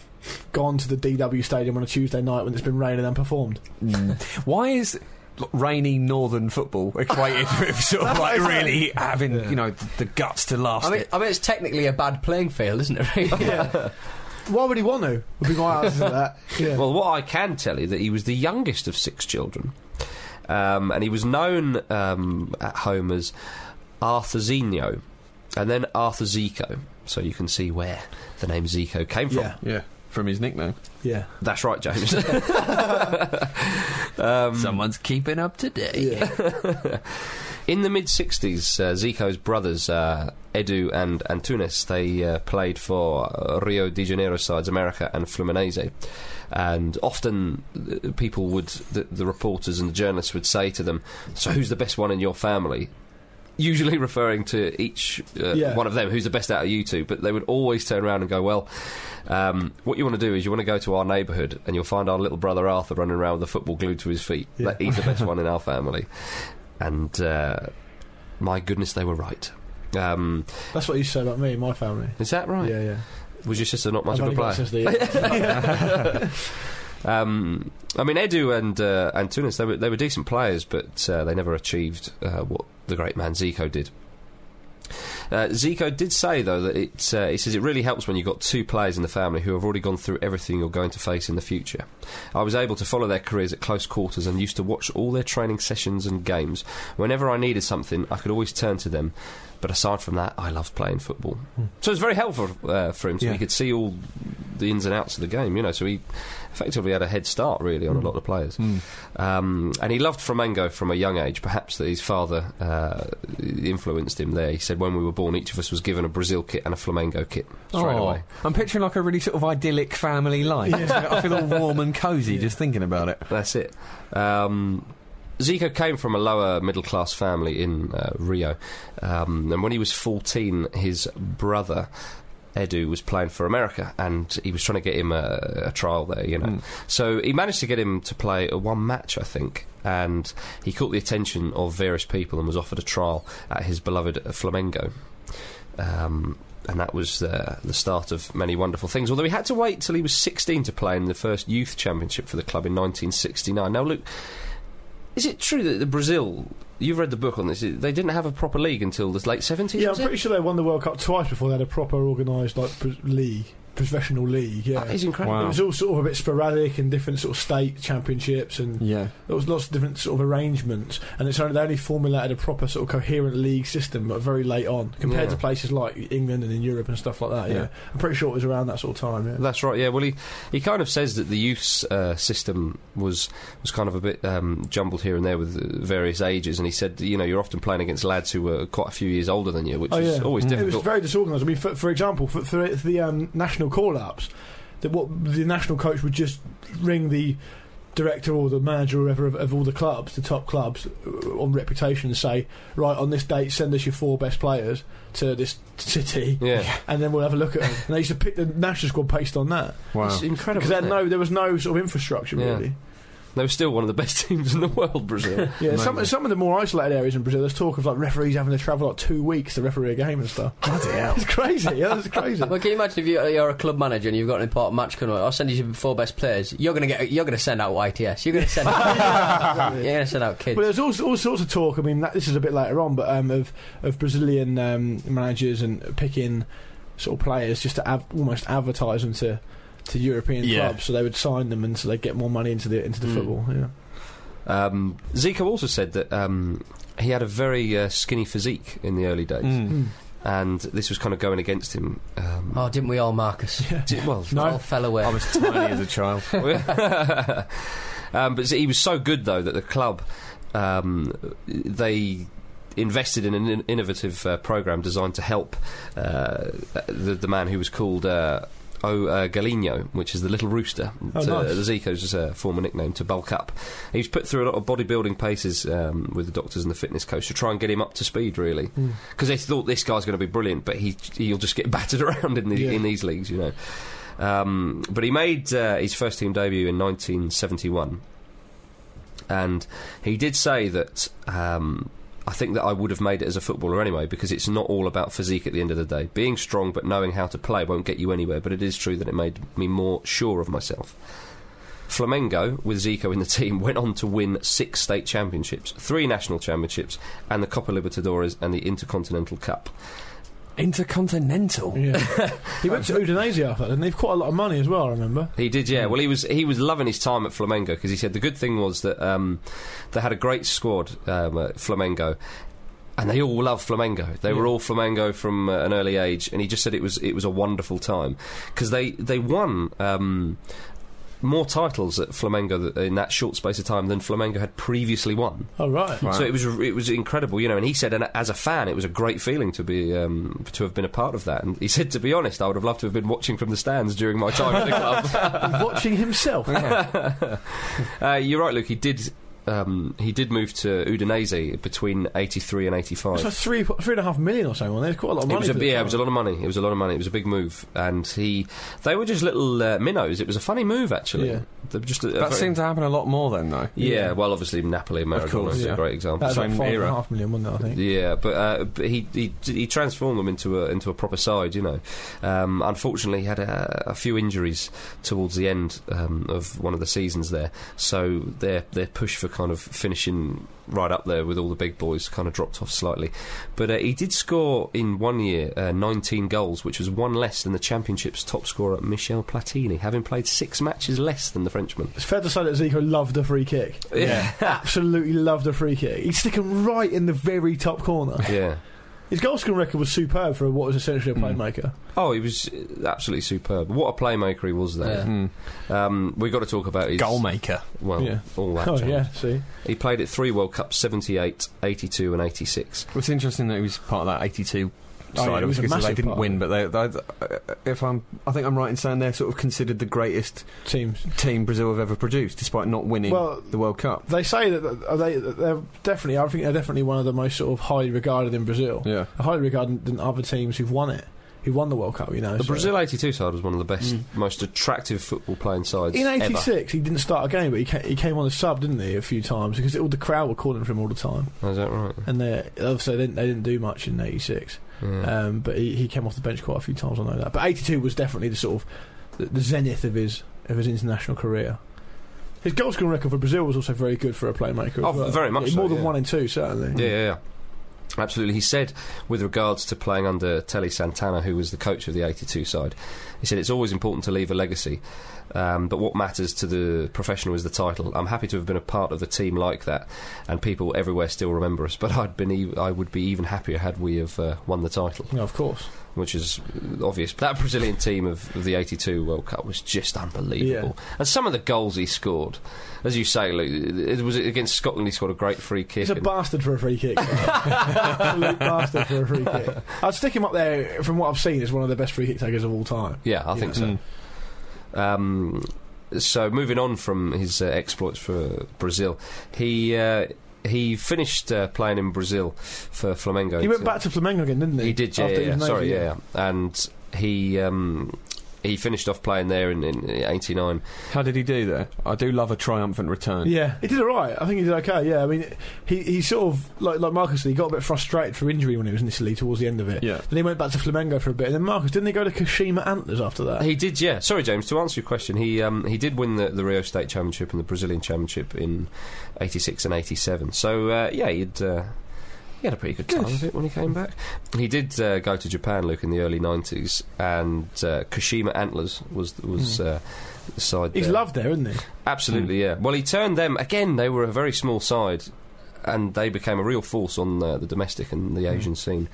gone to the DW Stadium on a Tuesday night when it's been raining and performed? Mm. Why is l- rainy northern football equated with sort of like really having you know th- the guts to last I mean, it? I mean, it's technically a bad playing field, isn't it? Really? Yeah. Why would he want to? Would be my answer to that. Yeah. Well, what I can tell you that he was the youngest of six children, um, and he was known um, at home as Arthur Zeno, and then Arthur Zico. So you can see where the name Zico came from. yeah. Yeah, from his nickname. Yeah. That's right, James. Um, Someone's keeping up to date. Yeah. In the mid '60s, uh, Zico's brothers uh, Edu and Antunes they uh, played for uh, Rio de Janeiro sides America and Fluminense, and often uh, people would the, the reporters and the journalists would say to them, "So who's the best one in your family?" Usually referring to each uh, Yeah. one of them, who's the best out of you two, but they would always turn around and go, "Well, um, what you want to do is you want to go to our neighbourhood and you'll find our little brother Arthur running around with a football glued to his feet. Yeah. That, he's the best one in our family." And uh, my goodness, they were right. Um, That's what he said about me and my family. is that right? Yeah, yeah. Was your sister not much I've of a only got player? since the- Um, I mean, Edu and uh, Antunes, they were, they were decent players, but uh, they never achieved uh, what the great man Zico did. Uh, Zico did say though that it uh, he says it really helps when you've got two players in the family who have already gone through everything you're going to face in the future. I was able to follow their careers at close quarters and used to watch all their training sessions and games. Whenever I needed something, I could always turn to them. But aside from that, I love playing football. So it's very helpful uh, for him. So Yeah. he could see all the ins and outs of the game, you know. So he effectively had a head start really on a lot of players. Mm. Um, and he loved Flamengo from a young age, perhaps that his father uh, influenced him there. He said, when we were born, each of us was given a Brazil kit and a Flamengo kit straight Oh, away. I'm picturing like a really sort of idyllic family life. I feel all warm and cosy just thinking about it. That's it. Um, Zico came from a lower middle class family in uh, Rio, um, and when he was 14, his brother. Edu was playing for America, and he was trying to get him a, a trial there, you know. Mm. So he managed to get him to play a one match, I think, and he caught the attention of various people and was offered a trial at his beloved Flamengo. Um, and that was the, the start of many wonderful things. Although he had to wait till he was 16 to play in the first youth championship for the club in 1969. Now, Luke, is it true that the Brazil, you've read the book on this, they didn't have a proper league until the late 70s? Yeah, I'm was it? pretty sure they won the World Cup twice before they had a proper organised like pro- league, professional league. Yeah, That is incredible. Wow. It was all sort of a bit sporadic and different sort of state championships, and Yeah. there was lots of different sort of arrangements. And it's only they only formulated a proper sort of coherent league system, but very late on Yeah. compared to places like England and in Europe and stuff like that. Yeah. Yeah. I'm pretty sure it was around that sort of time. Yeah, That's right. Yeah. Well, he, he kind of says that the youth's uh, system was was kind of a bit um, jumbled here and there with uh, various ages, and he said, you know, you're often playing against lads who were quite a few years older than you, which Oh, is yeah. always Mm. It It was difficult. very disorganised. I mean, for, for example, for, for the um, national call-ups, that what the national coach would just ring the director or the manager or whatever of, of all the clubs, the top clubs uh, on reputation, and say, right on this date, send us your four best players to this city, yeah. and then we'll have a look at them. and they used to pick the national squad based on that Wow. It's incredible. because they had isn't it? no, there was no sort of infrastructure Yeah. really. They were still one of the best teams in the world, Brazil. Yeah, some some of the more isolated areas in Brazil, there's talk of like referees having to travel like two weeks to referee a game and stuff. Bloody hell, it's crazy. Yeah, that's crazy. Well, can you imagine if you, you're a club manager and you've got an important match coming up? I'll send you your four best players. You're gonna get. You're gonna send out YTS. You're gonna send. out, you're gonna send out kids. Well, there's all, all sorts of talk. I mean, that, this is a bit later on, but um, of of Brazilian um, managers and picking sort of players just to av- almost advertise them to to European Yeah. clubs, so they would sign them and so they would get more money into the into the Mm. football. Yeah. Um, Zico also said that um, he had a very uh, skinny physique in the early days, Mm. and this was kind of going against him. Um, oh, didn't we all, Marcus? d- well, No. All fell away. I was tiny as a child. um, but he was so good though that the club um, they invested in an in- innovative uh, program designed to help uh, the, the man who was called. Uh, O uh, Galino, which is the little rooster, Oh, to, nice. the Zico's uh, former nickname, to bulk up. He was put through a lot of bodybuilding paces um, with the doctors and the fitness coach to try and get him up to speed, really, because they thought this guy's going to be brilliant, but he he'll just get battered around in the, Yeah. in these leagues, you know. Um, but he made uh, his first team debut in 1971. And he did say that um, I think that I would have made it as a footballer anyway because it's not all about physique at the end of the day. Being strong but knowing how to play won't get you anywhere, but it is true that it made me more sure of myself. Flamengo, with Zico in the team, went on to win six state championships, three national championships, and the Copa Libertadores and the Intercontinental Cup. Intercontinental. Mm. Yeah. he went to Udinese after that, and they've quite a lot of money as well. I remember. He did, yeah. Well, he was he was loving his time at Flamengo because he said the good thing was that um, they had a great squad um, at Flamengo, and they all loved Flamengo. They were all Flamengo from uh, an early age, and he just said it was it was a wonderful time because they they won. Um, more titles at Flamengo th- in that short space of time than Flamengo had previously won. Oh right. Wow. So it was it was incredible, you know. And he said, and as a fan, it was a great feeling to be um, to have been a part of that. And he said, to be honest, I would have loved to have been watching from the stands during my time at the club. Watching himself. Uh, you're right, Luke. He did. Um, he did move to Udinese between '83 and It's like '85. three three and a half million or something. There's quite a lot of It money. was a, for the yeah, it time. was a lot of money. It was a lot of money. It was a big move, and he they were just little uh, minnows. It was a funny move, actually. Yeah. They were just a, a That very- seemed to happen a lot more then, though. yeah, Well, obviously Napoli, and Maradona course, is yeah. a great example. That was like Same five and a era. half million, wasn't it? I think. Yeah, but, uh, but he, he he transformed them into a into a proper side. You know, um, unfortunately, he had a, a few injuries towards the end um, of one of the seasons there, so their their push for kind of finishing right up there with all the big boys, kind of dropped off slightly. But uh, he did score in one year uh, 19 goals, which was one less than the Championship's top scorer, Michel Platini, having played six matches less than the Frenchman. It's fair to say that Zico loved a free kick. Yeah. Absolutely loved a free kick. He'd stick 'em right in the very top corner. yeah. His goal scoring record was superb for what was essentially a Mm. playmaker. Oh, he was uh, absolutely superb. What a playmaker he was there. Mm. Um, we got to talk about his Goalmaker. Well, Yeah. all that. Oh jazz. yeah, see, He played at three World Cups 78, 82, and 86. It's interesting that he was part of that 82 Oh, yeah, side, he was a obviously, 'cause massive they didn't part. win, but they, they, uh, if I'm, I think I'm right in saying they're sort of considered the greatest teams. team Brazil have ever produced, despite not winning Well- the World Cup. They say that are they they're definitely. I think they're definitely one of the most sort of highly regarded in Brazil. Yeah. They're highly regarded than other teams who've won it, who won the World Cup. You know, The so- Brazil 82 side was one of the best, most attractive football playing sides Mm. In ever. '86, he didn't start a game, but he came, he came on as sub, didn't he, a few times because all the crowd were calling for him all the time, Oh, Is that right? and they obviously they didn't, they didn't do much in '86. Yeah. Um, but he, he came off the bench quite a few times. I know that. But '82 was definitely the sort of the, the zenith of his of his international career. His goal scoring record for Brazil was also very good for a playmaker. as Oh, well. very much Yeah, so, more than yeah. one in two, certainly. Yeah, yeah, yeah. Absolutely. He said, with regards to playing under Telly Santana, who was the coach of the 82 side, he said, It's always important to leave a legacy, um, but what matters to the professional is the title. I'm happy to have been a part of a team like that, and people everywhere still remember us, but I'd been e- I would be even happier had we have uh, won the title, Yeah, of course. which is uh, obvious. That Brazilian team of, of the 82 World Cup was just unbelievable. And some of the goals he scored, as you say, Luke, it was against Scotland, he scored a great free kick. He's a and- bastard for a free kick. Absolute bastard for a free kick. I'd stick him up there, from what I've seen, as one of the best free kick takers of all time. Yeah, I Mm. think Hmm. so. Um, so moving on from his uh, exploits for Brazil, he uh, he finished uh, playing in Brazil for Flamengo. He went back to Flamengo again, didn't he? uh, He did, yeah. After he yeah, was an sorry, agent. yeah, yeah. and he. Um, he finished off playing there in, in '89. How did he do there? I do love a triumphant return. Yeah, he did all right. I think he did okay. Yeah, I mean, he, he sort of like like Marcus said, he got a bit frustrated for injury when he was in Italy towards the end of it. Yeah. Then he went back to Flamengo for a bit, and then Marcus didn't he go to Kashima Antlers after that? He did, yeah. Sorry, James. To answer your question, he um, he did win the, the Rio State Championship and the Brazilian Championship in '86 and '87. So uh, yeah, he'd uh, he had a pretty good time of it when he came back. He did uh, go to Japan, Luke, in the early '90s, and uh, Kashima Antlers was was uh, the side. He's hmm. there. loved there, isn't he? Absolutely, yeah. Well, he turned them again. They were a very small side, and they became a real force on uh, the domestic and the Asian scene.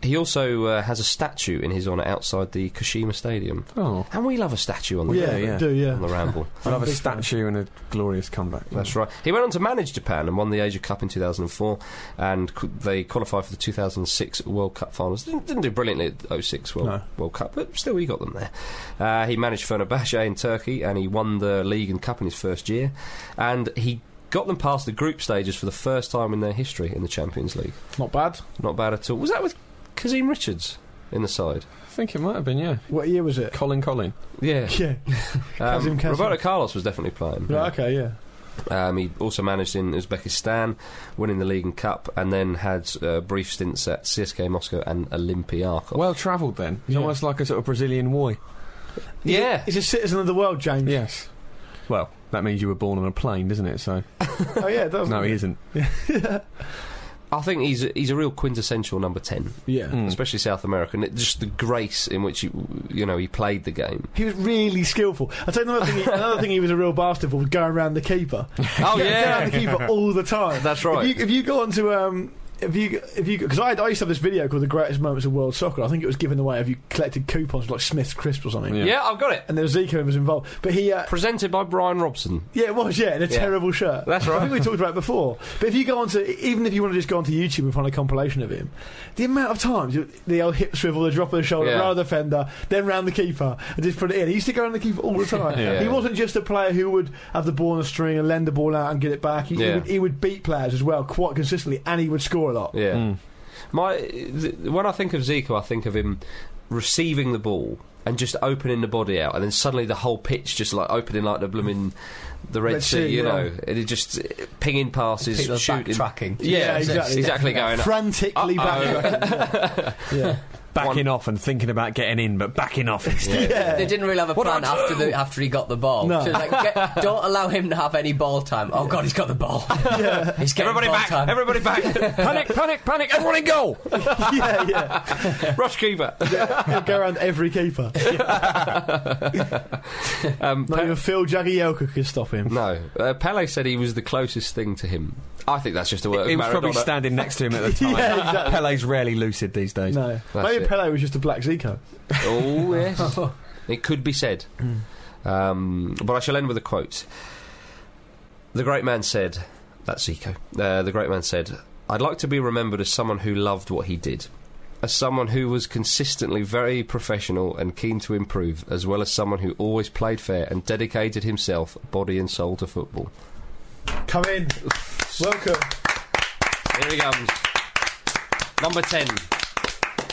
He also uh, has a statue in his honour outside the Kashima Stadium. Oh, And we love a statue on the, yeah, yeah. do yeah. on the Ramble. I love a big statue and a glorious comeback. That's right. He went on to manage Japan and won the Asia Cup in 2004, and qu- they qualified for the 2006 World Cup finals. Didn't, didn't do brilliantly at 06 World, No. World Cup, but still he got them there. Uh, he managed Fenerbahce in Turkey, and he won the league and cup in his first year, and he got them past the group stages for the first time in their history in the Champions League. Not bad. Not bad at all. Was that with Kazim Richards in the side? I think it might have been, yeah. What year was it? Colin Colin. Yeah. Yeah. Um, Kazim Kazim. Roberto Carlos was definitely playing. Right, okay. Yeah. Um, he also managed in Uzbekistan, winning the league and cup, and then had uh, brief stints at CSK Moscow and Olympiacos. Well travelled then. He's Yeah. almost like a sort of Brazilian boy. yeah, He's a citizen of the world, James. Yes. Well, that means you were born on a plane, doesn't it? So Oh yeah, it does. no, he isn't. I think he's he's a real quintessential number ten, Yeah. Mm. especially South American. It, just the grace in which he, you know he played the game. He was really skillful. I tell you another thing. He, another thing he was a real bastard for was going around the keeper. Oh He kept yeah, going around the keeper all the time. that's right. If you, if you go on to um, if you if you because I, I used to have this video called the greatest moments of world soccer. I think it was given away if you collected coupons for, like Smith's crisp or something. Yeah. yeah. I've got it. And there was Zico was involved, but he uh, Presented by Brian Robson. yeah it was yeah in a Yeah. terrible shirt. That's I right. think we talked about it before. But if you go on to even if you want to just go onto YouTube and find a compilation of him, the amount of times you- the old hip swivel, the drop of the shoulder, Yeah. round the defender, then round the keeper, and just put it in. He used to go around the keeper all the time. Yeah. He wasn't just a player who would have the ball on a string and lend the ball out and get it back. He, he Yeah. would, he would beat players as well quite consistently, and he would score a lot. Yeah. Mm. My th- when I think of Zico, I think of him receiving the ball and just opening the body out, and then suddenly the whole pitch just like opening like the blooming the Red, Red Sea, Sea, you yeah. know, and it just uh, pinging passes, People are shooting. backtracking. Yeah, Yeah, exactly. exactly. Exactly going. Frantically Uh-oh. backtracking. yeah. backing one- off and thinking about getting in, but backing off instead. They didn't really have a plan after the, after he got the ball. No. So it's like, get, don't allow him to have any ball time. Oh God, he's got the ball. He's getting Everybody ball back! time. Everybody back! panic, panic, panic! Everyone in goal! yeah, yeah. Rush keeper. It'll go around every keeper. Um, Not even Phil Jagielka could stop him. no, uh, Pele said he was the closest thing to him. I think that's just a word. He was probably Maradona. standing next to him at the time. Yeah, exactly. Pele's rarely lucid these days. No, That's maybe it. Pele was just a black Zico. Oh, yes. it could be said. Um, but I shall end with a quote. The great man said, that's Zico. Uh, the great man said, I'd like to be remembered as someone who loved what he did, as someone who was consistently very professional and keen to improve, as well as someone who always played fair and dedicated himself, body and soul, to football. Come in, welcome. Here he comes. Number 10.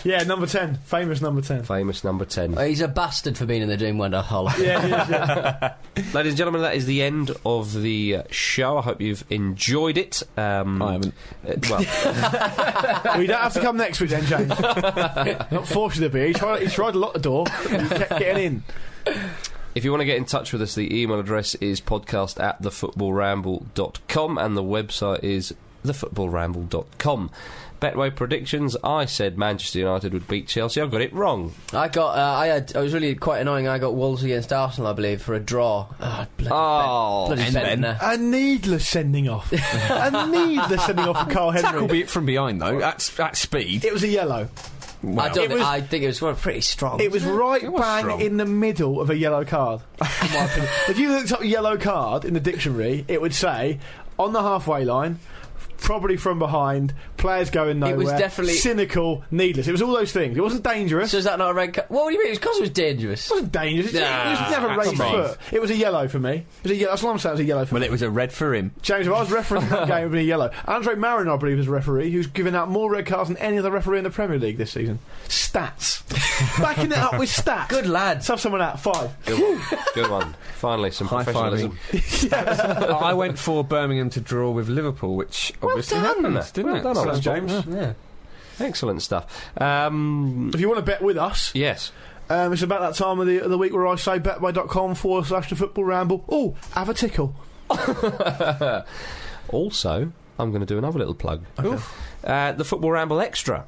Yeah, number ten, famous number ten. Famous number 10. Oh, He's a bastard for being in the Dream Wonder Hall. Yeah, he is, yeah. Ladies and gentlemen, that is the end of the uh, show. I hope you've enjoyed it. Um, I haven't. uh, well, we don't have to come next week then, James. Not forced to be. He tried, he tried to lock the door. He kept getting in. if you want to get in touch with us, the email address is podcast at thefootballramble.com and the website is thefootballramble.com. Betway predictions. I said Manchester United would beat Chelsea. I got it wrong. I got. Uh, I had. I was really quite annoying. I got Wolves against Arsenal, I believe, for a draw. Oh, bloody Oh, Ben. Bloody and ben. Ben. A needless sending off. A needless sending off of Carl Tackle Henry. be it from behind, though, at, at speed. It was a yellow. I don't. It Think, was- I think it was well, pretty strong. It was right It was bang strong. in the middle of a yellow card. in my opinion. if you looked up yellow card in the dictionary, it would say on the halfway line, probably from behind, players going nowhere. It was definitely- cynical, needless. It was all those things. It wasn't dangerous. so is that not a red card? What do you mean? It's because it was dangerous. It wasn't dangerous. It, it was Nah, never raised come on. foot. It was a yellow for me. It was a yellow. That's what I'm saying. It was a yellow for Well, me. it was a red for him. James, if I was refereeing that game, it would be a yellow. Andre Marin, I believe, is a referee who's given out more red cards than any other referee in the Premier League this season. Stats. Backing it up with stats. Good lad. Let's have someone out five. good one. Good one. Finally, some High professionalism. I went for Birmingham to draw with Liverpool, which obviously done. happened, didn't Well it? done, Orange James. Yeah. Excellent stuff. Um, If you want to bet with us, yes. um, it's about that time of the, of the week where I say betway.com forward slash the football ramble. Oh, have a tickle. also, I'm going to do another little plug. Uh, the Football Ramble Extra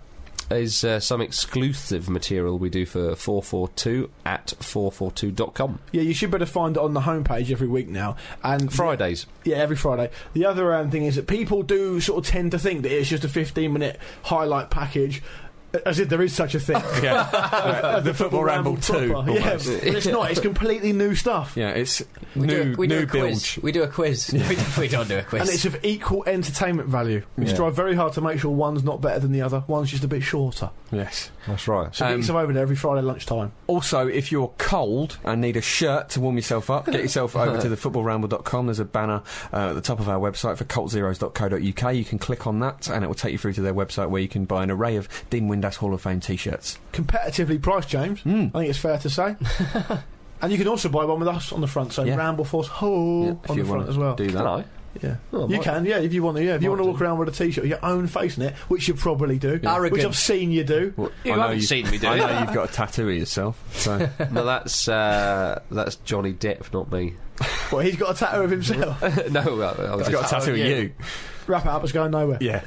is uh, some exclusive material we do for 442 at 442.com. Yeah, you should better find it on the homepage every week now. And Fridays. Yeah, every Friday. The other um, thing is that people do sort of tend to think that it's just a 15 minute highlight package. As if there is such a thing. Yeah. Uh, the Football Ramble 2. proper. Yeah, almost. but it's not. It's completely new stuff. Yeah, it's We do. new, a- We do new a quiz. bilge. We do a quiz. We don't- We don't do a And quiz. it's of equal entertainment value. We just Yeah. try very hard to make sure one's not better than the other. One's just a bit shorter. Yes. That's right. So Um, get yourself over there every Friday lunchtime. Also, if you're cold and need a shirt to warm yourself up, get yourself over to thefootballramble.com. There's a banner uh, at the top of our website for coltzeros.co.uk. You can click on that and it will take you through to their website where you can buy an array of Dean Windass Hall of Fame t shirts. Competitively priced, James. Mm. I think it's fair to say. and you can also buy one with us on the front. So Yeah. Ramble Force Ho if on the you front want as well. do Can that. I? Yeah. Oh, I you might- can, yeah, if you want to. Yeah, if you Might want to walk do. around with a t-shirt with your own face in it, which you probably do, Yeah. which Arrogant. I've seen you do. Well, You I know haven't seen me do I it. know you've got a tattoo of yourself. So. No, that's, uh, that's Johnny Depp, not me. Well, he's got a tattoo of himself. no, uh, I, I was just, I've got a tattoo of you. Wrap it up, it's going nowhere. Yeah.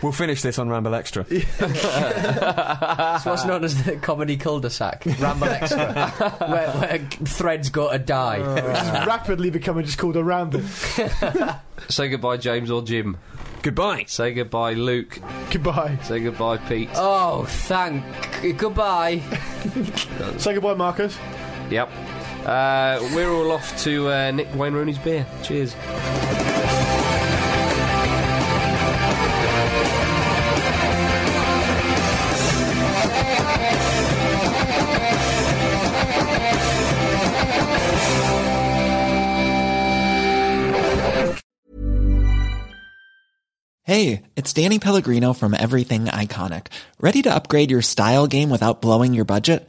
we'll finish this on Ramble Extra. It's what's known as the comedy cul-de-sac, Ramble Extra, where, where threads go to die. Which is rapidly becoming just called a ramble. say goodbye, James or Jim. Goodbye. Say goodbye, Luke. Goodbye. Say goodbye, Pete. Oh, thank. Goodbye. Say goodbye, Marcus. Yep. Uh, we're all off to uh, Nick Wayne Rooney's beer. Cheers. Hey, it's Danny Pellegrino from Everything Iconic. Ready to upgrade your style game without blowing your budget?